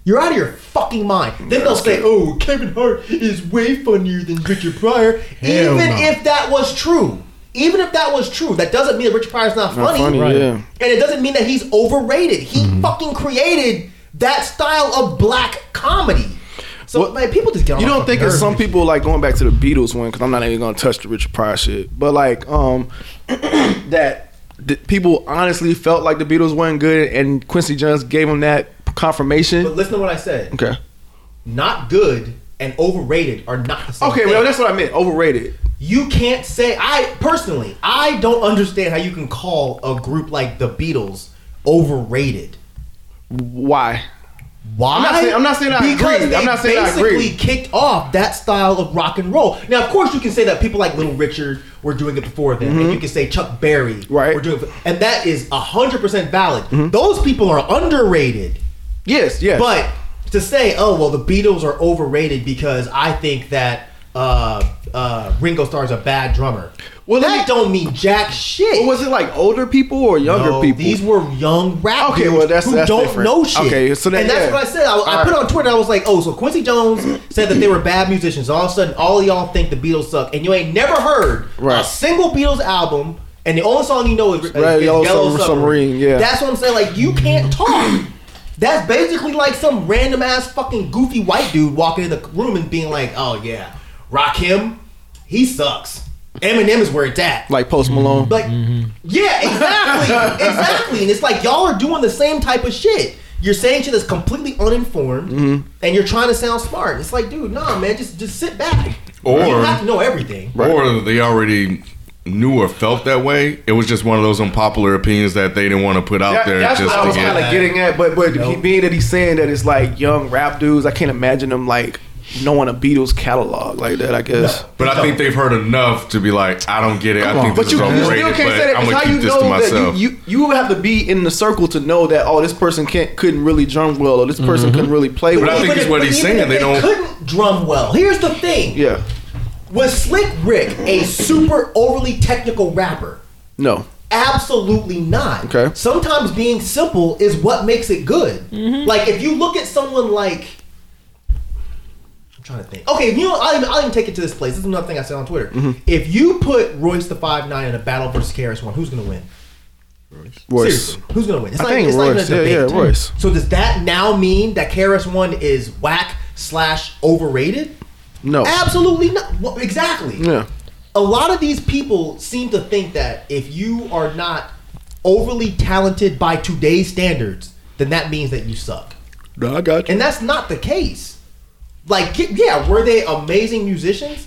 [SPEAKER 1] You're out of your fucking mind. Then they'll say, "Oh, Kevin Hart is way funnier than Richard Pryor,"
[SPEAKER 7] Hell
[SPEAKER 1] even
[SPEAKER 7] no.
[SPEAKER 1] if that was true. Even if that was true, that doesn't mean that Richard Pryor's not funny.
[SPEAKER 3] funny, Right. yeah. Mm-hmm.
[SPEAKER 1] And it doesn't mean that he's overrated. He fucking created that style of black comedy. So
[SPEAKER 3] What-
[SPEAKER 1] man, people just get on
[SPEAKER 3] You
[SPEAKER 1] my
[SPEAKER 3] don't
[SPEAKER 1] fucking
[SPEAKER 3] think it's
[SPEAKER 1] nerves.
[SPEAKER 3] some people like going back to the Beatles one because I'm not even gonna touch the Richard Pryor shit, but like um that the people honestly felt like the Beatles wasn't good and Quincy Jones gave them that
[SPEAKER 1] But
[SPEAKER 3] confirmation.
[SPEAKER 1] listen to what I said.
[SPEAKER 3] Okay,
[SPEAKER 1] Not good and overrated are not the same.
[SPEAKER 3] okay,
[SPEAKER 1] thing.
[SPEAKER 3] well that's what I meant. Overrated.
[SPEAKER 1] you can't say. I personally, I don't understand how you can call a group like the Beatles overrated.
[SPEAKER 3] Why?
[SPEAKER 1] Why?
[SPEAKER 3] I'm not saying- I'm not saying I
[SPEAKER 1] because
[SPEAKER 3] agree.
[SPEAKER 1] They
[SPEAKER 3] I'm not saying I
[SPEAKER 1] basically
[SPEAKER 3] agree.
[SPEAKER 1] kicked off that style of rock and roll. Now, of course, you can say that people like Little Richard were doing it before them, and you can say Chuck Berry
[SPEAKER 3] Mhm. Right.
[SPEAKER 1] were doing it, and that is hundred percent valid. Those people are underrated.
[SPEAKER 3] Yes, yes.
[SPEAKER 1] But to say, oh well, the Beatles are overrated because I think that uh, uh, Ringo Starr is a bad drummer. Well,
[SPEAKER 3] Well, let
[SPEAKER 1] that
[SPEAKER 3] me-
[SPEAKER 1] don't mean jack shit.
[SPEAKER 3] But was it like older people or younger
[SPEAKER 1] No,
[SPEAKER 3] people?
[SPEAKER 1] These were young rap
[SPEAKER 3] Okay,
[SPEAKER 1] dudes
[SPEAKER 3] well, that's-
[SPEAKER 1] who
[SPEAKER 3] that's
[SPEAKER 1] don't
[SPEAKER 3] different.
[SPEAKER 1] know shit.
[SPEAKER 3] Okay, so then,
[SPEAKER 1] and that's
[SPEAKER 3] yeah.
[SPEAKER 1] what I said. I, I put on Twitter. I was like, oh, so Quincy Jones said that they were bad musicians. All of a sudden, all of y'all think the Beatles suck, and you ain't never heard a
[SPEAKER 3] Right.
[SPEAKER 1] single Beatles album. And the only song you know is, is,
[SPEAKER 3] Red
[SPEAKER 1] is
[SPEAKER 3] Yellow
[SPEAKER 1] Yellow,
[SPEAKER 3] Sub-
[SPEAKER 1] Submarine.
[SPEAKER 3] Submarine, yeah.
[SPEAKER 1] That's what I'm saying. Like, you can't talk. That's basically like some random ass fucking goofy white dude walking in the room and being like, oh, yeah, rock him. He sucks. Eminem is where it's at.
[SPEAKER 3] like Post Malone.
[SPEAKER 1] Like, yeah, exactly, exactly. And it's like y'all are doing the same type of shit. You're saying shit that's completely uninformed,
[SPEAKER 2] Mm-hmm.
[SPEAKER 1] and you're trying to sound smart. It's like, dude, nah, man, just just sit back.
[SPEAKER 2] Or-
[SPEAKER 1] you don't have to know everything.
[SPEAKER 2] Or they already knew or felt that way. It was just one of those unpopular opinions that they didn't want to put out
[SPEAKER 3] That-
[SPEAKER 2] there.
[SPEAKER 3] that's
[SPEAKER 2] just
[SPEAKER 3] what I
[SPEAKER 2] to
[SPEAKER 3] was
[SPEAKER 2] get-
[SPEAKER 3] kind of getting at, but but
[SPEAKER 1] Nope.
[SPEAKER 3] he, being that he's saying that it's like young rap dudes, I can't imagine them like knowing a Beatles catalog like that. I guess.
[SPEAKER 2] But I think they've heard enough to be like, I don't get it. I think
[SPEAKER 3] But
[SPEAKER 2] this
[SPEAKER 3] you,
[SPEAKER 2] is
[SPEAKER 3] you
[SPEAKER 2] overrated.
[SPEAKER 3] still can't
[SPEAKER 2] but
[SPEAKER 3] say that because
[SPEAKER 2] I'm gonna
[SPEAKER 3] how
[SPEAKER 2] keep
[SPEAKER 3] you
[SPEAKER 2] this to
[SPEAKER 3] know
[SPEAKER 2] myself.
[SPEAKER 3] that you, you you would have to be in the circle to know that oh this person can't couldn't really drum well or this person couldn't really play
[SPEAKER 2] But I
[SPEAKER 3] well.
[SPEAKER 2] think
[SPEAKER 1] Even
[SPEAKER 2] it's
[SPEAKER 1] if-
[SPEAKER 2] what he's
[SPEAKER 1] even
[SPEAKER 2] saying,
[SPEAKER 1] if
[SPEAKER 2] they don't-
[SPEAKER 1] couldn't drum well. Here's the thing:
[SPEAKER 3] yeah,
[SPEAKER 1] was Slick Rick a super overly technical rapper?
[SPEAKER 3] no,
[SPEAKER 1] Absolutely not.
[SPEAKER 3] Okay.
[SPEAKER 1] Sometimes being simple is what makes it good. Like if you look at someone like trying to think. Okay, if you know, I'll even, I'll even take it to this place. This is another thing I said on Twitter. If you put Royce the five nine in a battle versus KRS One, who's gonna win?
[SPEAKER 3] Royce.
[SPEAKER 1] Seriously, who's gonna win? It's
[SPEAKER 3] I
[SPEAKER 1] not,
[SPEAKER 3] think
[SPEAKER 1] it's not
[SPEAKER 3] Royce.
[SPEAKER 1] even a
[SPEAKER 3] Yeah,
[SPEAKER 1] debate.
[SPEAKER 3] yeah, Royce.
[SPEAKER 1] So does that now mean that KRS One is whack slash overrated?
[SPEAKER 3] No.
[SPEAKER 1] Absolutely not. Well, exactly.
[SPEAKER 3] Yeah.
[SPEAKER 1] A lot of these people seem to think that if you are not overly talented by today's standards, then that means that you suck.
[SPEAKER 3] No, I got you.
[SPEAKER 1] And that's not the case. Like, ki- yeah, were they amazing musicians?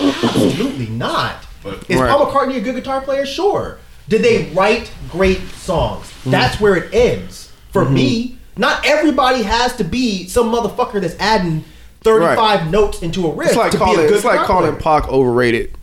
[SPEAKER 1] Absolutely not. Is
[SPEAKER 3] Right.
[SPEAKER 1] Paul McCartney a good guitar player? Sure. Did they write great songs?
[SPEAKER 3] Mm-hmm.
[SPEAKER 1] That's where it ends. For me, not everybody has to be some motherfucker that's adding 35 notes into a riff
[SPEAKER 3] It's like
[SPEAKER 1] to be
[SPEAKER 3] calling.
[SPEAKER 1] a good
[SPEAKER 3] It's like
[SPEAKER 1] guitar
[SPEAKER 3] calling
[SPEAKER 1] player.
[SPEAKER 3] Pac overrated.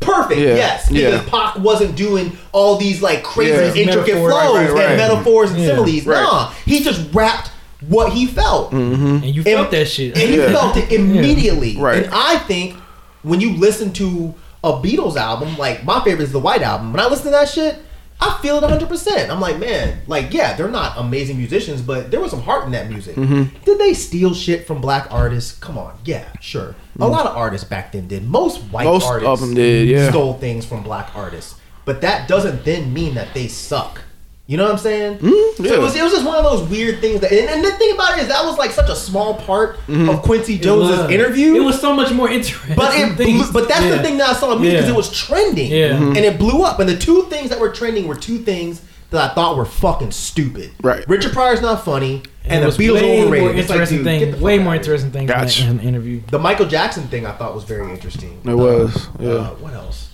[SPEAKER 1] Perfect,
[SPEAKER 3] Yeah,
[SPEAKER 1] yes.
[SPEAKER 3] yeah.
[SPEAKER 1] Because Pac wasn't doing all these like crazy
[SPEAKER 3] Yeah.
[SPEAKER 1] intricate
[SPEAKER 8] Metaphors,
[SPEAKER 1] flows
[SPEAKER 3] right, right.
[SPEAKER 1] and metaphors and similes.
[SPEAKER 3] right. Mm-hmm.
[SPEAKER 1] Nah, he just rapped what he felt.
[SPEAKER 8] And you felt that shit.
[SPEAKER 1] And you felt it immediately.
[SPEAKER 3] Right.
[SPEAKER 1] And I think when you listen to a Beatles album, like my favorite is the White Album. When I listen to that shit, I feel it 100%. I'm like, man, like, yeah, they're not amazing musicians, but there was some heart in that music. Did they steal shit from black artists? Come on. Yeah, sure. A lot of artists back then did. Most white
[SPEAKER 3] Most of
[SPEAKER 1] artists
[SPEAKER 3] them did,
[SPEAKER 8] Mm-hmm.
[SPEAKER 3] yeah.
[SPEAKER 1] stole things from black artists. But that doesn't then mean that they suck. You know what I'm saying? So
[SPEAKER 3] Mm-hmm, yeah.
[SPEAKER 1] it was it was just one of those weird things that, and, and the thing about it is that was like such a small part
[SPEAKER 3] Mm-hmm.
[SPEAKER 1] of Quincy Jones's
[SPEAKER 8] was.
[SPEAKER 1] interview.
[SPEAKER 8] It was so much more interesting.
[SPEAKER 1] but it, blew- but that's the
[SPEAKER 8] Yeah.
[SPEAKER 1] thing that I saw in me because
[SPEAKER 8] Yeah.
[SPEAKER 1] it was trending,
[SPEAKER 8] Yeah. Mhm.
[SPEAKER 3] Mm-hmm.
[SPEAKER 1] and it blew up. And the two things that were trending were two things that I thought were fucking stupid.
[SPEAKER 3] Right.
[SPEAKER 1] Richard Pryor's not funny, and,
[SPEAKER 8] It
[SPEAKER 1] the
[SPEAKER 8] was
[SPEAKER 1] Beatles
[SPEAKER 8] way
[SPEAKER 1] are
[SPEAKER 8] More
[SPEAKER 1] overrated. It's like,
[SPEAKER 8] interesting
[SPEAKER 1] dude, get the
[SPEAKER 8] thing. Way
[SPEAKER 1] fuck
[SPEAKER 8] more
[SPEAKER 1] out of here.
[SPEAKER 8] interesting thing
[SPEAKER 3] Gotcha.
[SPEAKER 8] in that interview.
[SPEAKER 1] The Michael Jackson thing I thought was very interesting.
[SPEAKER 3] It was, yeah.
[SPEAKER 1] Uh, what else?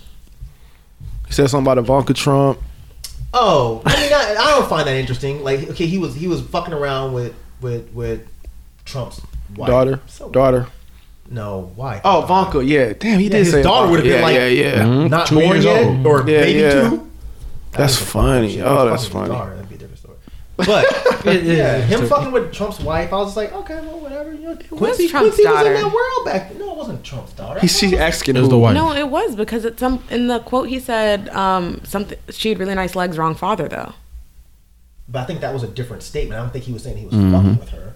[SPEAKER 3] He said something about Ivanka Trump.
[SPEAKER 1] Oh, I mean, I, I don't find that interesting. Like, okay, he was he was fucking around with with with Trump's wife.
[SPEAKER 3] Daughter.
[SPEAKER 1] So-
[SPEAKER 3] Daughter.
[SPEAKER 1] No, why?
[SPEAKER 3] Oh, Ivanka. Yeah. Damn, he
[SPEAKER 1] Yeah,
[SPEAKER 3] did
[SPEAKER 1] his
[SPEAKER 3] say
[SPEAKER 1] daughter
[SPEAKER 3] Ivanka.
[SPEAKER 1] would have been
[SPEAKER 3] yeah,
[SPEAKER 1] like-
[SPEAKER 3] yeah, yeah.
[SPEAKER 1] Not
[SPEAKER 7] Two
[SPEAKER 1] born
[SPEAKER 7] years
[SPEAKER 1] yet
[SPEAKER 7] old.
[SPEAKER 1] or
[SPEAKER 3] Yeah,
[SPEAKER 1] baby
[SPEAKER 3] yeah.
[SPEAKER 1] two.
[SPEAKER 3] That's funny. Oh, that's funny.
[SPEAKER 1] That'd be a different story. But
[SPEAKER 8] It- it-
[SPEAKER 1] yeah,
[SPEAKER 8] it's
[SPEAKER 1] him
[SPEAKER 8] stupid.
[SPEAKER 1] fucking with Trump's wife, I was just like, okay, well, whatever. You know, Quincy,
[SPEAKER 6] Trump's
[SPEAKER 1] Quincy
[SPEAKER 6] daughter?
[SPEAKER 1] was in that world back then. No, it wasn't Trump's daughter.
[SPEAKER 3] He she asking
[SPEAKER 7] It was
[SPEAKER 3] who-
[SPEAKER 7] the wife.
[SPEAKER 6] No, it was because it's some in the quote he said um, something. She had really nice legs. Wrong father though.
[SPEAKER 1] But I think that was a different statement. I don't think he was saying he was fucking with her.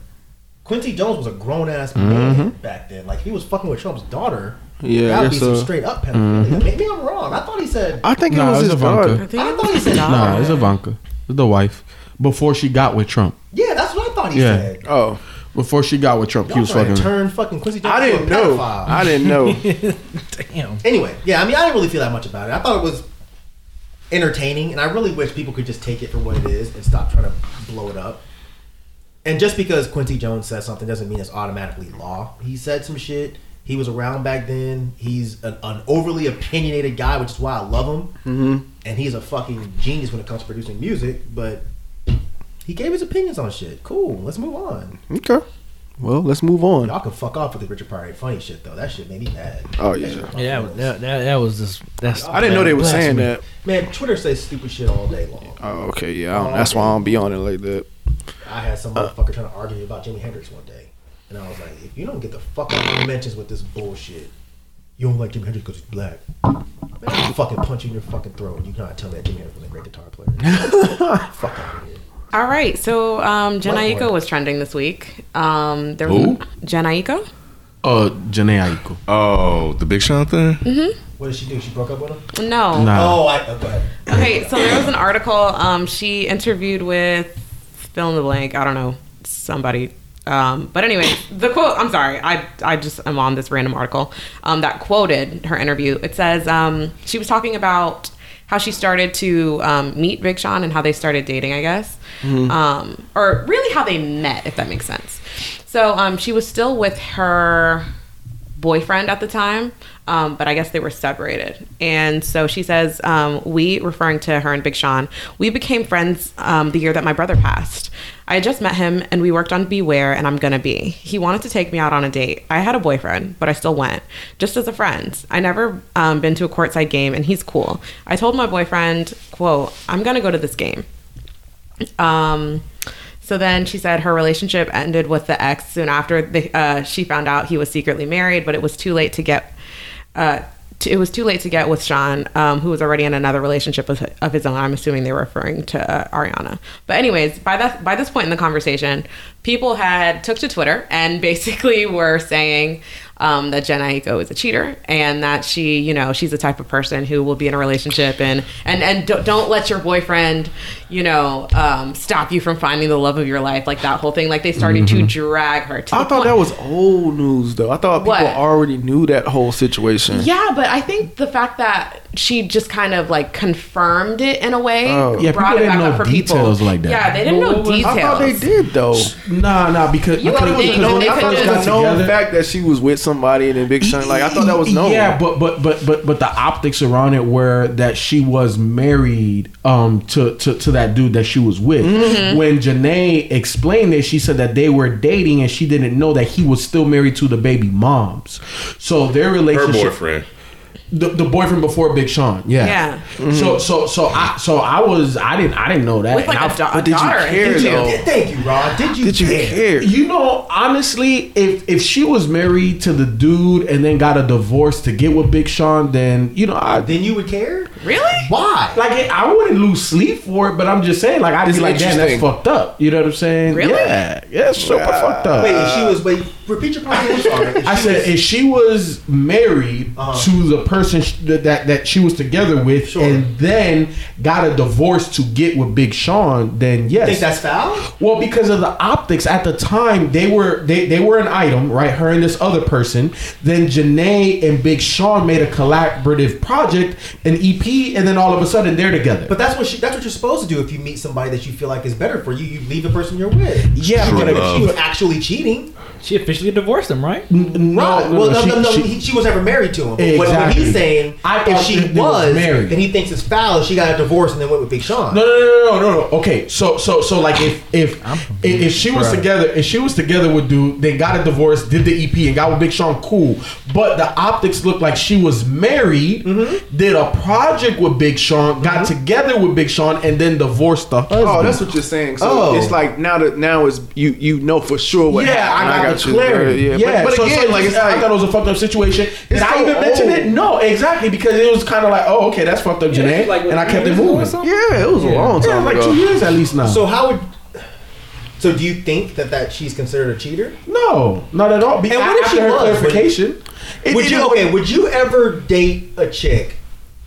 [SPEAKER 1] Quincy Jones was a grown ass man back then. Like if he was fucking with Trump's daughter,
[SPEAKER 3] Yeah, I
[SPEAKER 1] that would be
[SPEAKER 3] guess
[SPEAKER 1] some
[SPEAKER 3] so.
[SPEAKER 1] straight up pedophilia. Maybe I'm wrong. I thought he said.
[SPEAKER 3] I think
[SPEAKER 7] Nah,
[SPEAKER 3] it
[SPEAKER 7] it
[SPEAKER 3] was
[SPEAKER 7] was
[SPEAKER 3] his
[SPEAKER 7] Ivanka.
[SPEAKER 3] daughter.
[SPEAKER 6] think
[SPEAKER 1] I
[SPEAKER 6] it
[SPEAKER 1] thought he
[SPEAKER 6] was
[SPEAKER 1] said
[SPEAKER 6] daughter.
[SPEAKER 7] Nah, it's Ivanka. It's the wife. Before she got with Trump.
[SPEAKER 1] Yeah, that's what I thought he
[SPEAKER 7] Yeah.
[SPEAKER 1] said.
[SPEAKER 3] Oh,
[SPEAKER 7] Before she got with Trump, he
[SPEAKER 1] Y'all
[SPEAKER 7] was
[SPEAKER 1] trying to
[SPEAKER 7] fucking.
[SPEAKER 1] turn fucking Quincy Jones
[SPEAKER 3] I
[SPEAKER 1] into a
[SPEAKER 3] didn't know.
[SPEAKER 1] pedophile.
[SPEAKER 3] I didn't know.
[SPEAKER 8] Damn.
[SPEAKER 1] anyway, yeah, I mean, I didn't really feel that much about it. I thought it was entertaining, and I really wish people could just take it for what it is and stop trying to blow it up. And just because Quincy Jones says something doesn't mean it's automatically law. He said some shit. He was around back then. He's an, an overly opinionated guy, which is why I love him. Mm-hmm. And he's a fucking genius when it comes to producing music. But he gave his opinions on shit. Cool. Let's move on.
[SPEAKER 3] okay. Well, let's move on.
[SPEAKER 1] Y'all can fuck off with the Richard Pryor funny shit though. That shit made me mad.
[SPEAKER 3] Oh yeah.
[SPEAKER 8] Yeah, that, that, that, that was just. That's.
[SPEAKER 3] I didn't know they were saying
[SPEAKER 8] blasphemy.
[SPEAKER 3] that.
[SPEAKER 1] Man, Twitter says stupid shit all day long.
[SPEAKER 3] Oh, okay. Yeah. I don't, that's why I don't be on it like that.
[SPEAKER 1] I had some motherfucker trying to argue about Jimi Hendrix one day, and I was like, if you don't get the fuck out of mentions with this bullshit, you don't like Jimi Hendrix because he's black. Man, I'll fucking punch you in your fucking throat. You cannot tell me that Jimi Hendrix was a great guitar player. fuck out of here.
[SPEAKER 6] All right, so um, Jen
[SPEAKER 1] What
[SPEAKER 6] Aiko
[SPEAKER 1] one?
[SPEAKER 6] was trending this week. Um, there was
[SPEAKER 2] Who?
[SPEAKER 6] Jen Aiko.
[SPEAKER 7] Uh, Janae Aiko.
[SPEAKER 2] Oh, the Big Sean thing?
[SPEAKER 1] What did she do? She broke up with him?
[SPEAKER 6] No.
[SPEAKER 7] Nah.
[SPEAKER 1] Oh, I. Oh, go ahead.
[SPEAKER 6] Okay, so there was an article. Um, she interviewed with fill in the blank. I don't know somebody. Um, but anyway, the quote. I'm sorry. I I just am on this random article um, that quoted her interview. It says um, she was talking about how she started to um, meet Big Sean and how they started dating. I guess, um, or really how they met, if that makes sense. So um, she was still with her boyfriend at the time, um, but I guess they were separated. And so she says, um, We, referring to her and Big Sean, we became friends um, the year that my brother passed. I had just met him and we worked on Beware and I'm Gonna Be. He wanted to take me out on a date. I had a boyfriend, but I still went, just as a friend. I never um, been to a courtside game and he's cool. I told my boyfriend, quote, I'm gonna go to this game. Um, so then she said her relationship ended with the ex soon after the, uh, she found out he was secretly married, but it was too late to get uh, t- it was too late to get with Sean, um, who was already in another relationship with, of his own. I'm assuming they were referring to uh, Ariana. But anyways, by that by this point in the conversation, people had took to Twitter and basically were saying um, that Jen Aiko is a cheater and that she, you know, she's the type of person who will be in a relationship and and and don't, don't let your boyfriend, you know, um, stop you from finding the love of your life, like that whole thing. Like they started
[SPEAKER 7] Mm-hmm.
[SPEAKER 6] to drag her. To
[SPEAKER 3] I
[SPEAKER 6] the
[SPEAKER 3] thought
[SPEAKER 6] point-
[SPEAKER 3] that was old news though. I thought people
[SPEAKER 6] What?
[SPEAKER 3] already knew that whole situation.
[SPEAKER 6] Yeah, but I think the fact that she just kind of like confirmed it in a way
[SPEAKER 7] Oh. Yeah, people didn't know details like that.
[SPEAKER 6] Yeah, they didn't
[SPEAKER 7] Well,
[SPEAKER 6] know
[SPEAKER 7] what was-
[SPEAKER 6] details.
[SPEAKER 3] I thought they did though.
[SPEAKER 7] Nah, nah, because
[SPEAKER 6] You
[SPEAKER 7] because-
[SPEAKER 6] would think
[SPEAKER 7] because
[SPEAKER 6] they
[SPEAKER 7] when
[SPEAKER 6] could
[SPEAKER 7] I first got
[SPEAKER 6] just-
[SPEAKER 3] known
[SPEAKER 7] together-
[SPEAKER 3] fact that she was with somebody and then Big Sean. Like I thought that was known.
[SPEAKER 7] Yeah, but but but but but the optics around it were that she was married um to to, to that dude that she was with.
[SPEAKER 6] Mm-hmm.
[SPEAKER 7] When Janae explained it, she said that they were dating and she didn't know that he was still married to the baby moms. So their
[SPEAKER 2] Her
[SPEAKER 7] relationship
[SPEAKER 2] boyfriend.
[SPEAKER 7] the, the boyfriend before Big Sean. Yeah.
[SPEAKER 6] Yeah.
[SPEAKER 7] So so so I so I was I didn't I didn't know that.
[SPEAKER 6] With like
[SPEAKER 7] And
[SPEAKER 6] a,
[SPEAKER 7] I-
[SPEAKER 6] da- a
[SPEAKER 3] did you
[SPEAKER 6] daughter.
[SPEAKER 3] care,
[SPEAKER 6] Did you-
[SPEAKER 3] though?
[SPEAKER 1] Yeah, Thank you, Rod. Did you?
[SPEAKER 3] Did you
[SPEAKER 1] care?
[SPEAKER 3] care?
[SPEAKER 7] You know, honestly, if if she was married to the dude and then got a divorce to get with Big Sean, then you know, I
[SPEAKER 1] Then you would care?
[SPEAKER 6] Really?
[SPEAKER 1] Why?
[SPEAKER 7] like it, I wouldn't lose sleep for it. But I'm just saying, like I'd be
[SPEAKER 3] It's
[SPEAKER 7] like, damn, that's
[SPEAKER 3] interesting.
[SPEAKER 7] fucked up. You know what I'm saying?
[SPEAKER 6] Really?
[SPEAKER 7] Yeah, yeah, super fucked up.
[SPEAKER 1] wait, if she was. Wait, repeat your point. I'm sorry. If
[SPEAKER 7] I
[SPEAKER 1] she
[SPEAKER 7] said
[SPEAKER 1] was-
[SPEAKER 7] if she was married
[SPEAKER 1] Uh-huh.
[SPEAKER 7] to the person sh- that, that that she was together with,
[SPEAKER 1] Sure.
[SPEAKER 7] and then got a divorce to get with Big Sean, then yes,
[SPEAKER 1] You think that's foul?
[SPEAKER 7] Well, because of the optics at the time, they were they, they were an item, right? Her and this other person. Then Janae and Big Sean made a collaborative project, an EP, and then all of a sudden they're together.
[SPEAKER 1] But that's what she, that's what you're supposed to do if you meet somebody that you feel like is better for you. You leave the person you're with.
[SPEAKER 7] yeah,
[SPEAKER 2] True
[SPEAKER 7] but
[SPEAKER 1] But if
[SPEAKER 2] love.
[SPEAKER 1] she was actually cheating,
[SPEAKER 8] She officially divorced him, right?
[SPEAKER 7] no,
[SPEAKER 1] right?
[SPEAKER 7] no,
[SPEAKER 1] well,
[SPEAKER 7] no,
[SPEAKER 1] no,
[SPEAKER 7] she-
[SPEAKER 1] no, no,
[SPEAKER 7] she-
[SPEAKER 1] he- she, was never married to him. But What
[SPEAKER 7] Exactly.
[SPEAKER 1] he's saying,
[SPEAKER 7] I
[SPEAKER 1] if
[SPEAKER 7] thought
[SPEAKER 1] she was,
[SPEAKER 7] that they was married.
[SPEAKER 1] then he thinks it's foul. She got a divorce and then went with Big Sean.
[SPEAKER 7] No, no, no, no, no, no. Okay, so, so, so, like, if if if, if she was together, if she was together with dude, then got a divorce, did the EP, and got with Big Sean, cool. But the optics looked like she was married,
[SPEAKER 3] Mm-hmm.
[SPEAKER 7] did a project with Big Sean, got together with Big Sean, and then divorced the husband.
[SPEAKER 3] Oh, that's what you're saying. So
[SPEAKER 7] Oh.
[SPEAKER 3] it's like now that now is you you know for sure what.
[SPEAKER 7] yeah,
[SPEAKER 3] happened.
[SPEAKER 7] I got, the clarity.
[SPEAKER 3] Yeah,
[SPEAKER 7] Yeah,
[SPEAKER 3] but, but
[SPEAKER 7] so- so
[SPEAKER 3] again,
[SPEAKER 7] it's
[SPEAKER 3] like
[SPEAKER 7] just-
[SPEAKER 3] it's
[SPEAKER 7] I thought it
[SPEAKER 3] like
[SPEAKER 7] was a fucked up situation. Did
[SPEAKER 3] It's
[SPEAKER 7] I
[SPEAKER 3] so
[SPEAKER 7] even mention
[SPEAKER 3] old.
[SPEAKER 7] it? No, exactly because it was kind of like, oh, okay, that's fucked up, Janae, and I kept it moving.
[SPEAKER 3] yeah, it was a long
[SPEAKER 7] Yeah,
[SPEAKER 3] time
[SPEAKER 7] like
[SPEAKER 3] ago.
[SPEAKER 7] two years at least now.
[SPEAKER 1] So how would? So do you think that that she's considered a cheater?
[SPEAKER 7] No, not at all. Be-
[SPEAKER 1] And what if
[SPEAKER 7] after
[SPEAKER 1] she
[SPEAKER 7] her
[SPEAKER 1] was?
[SPEAKER 7] clarification? It-
[SPEAKER 1] would
[SPEAKER 7] it-
[SPEAKER 1] you okay? Would you ever date a chick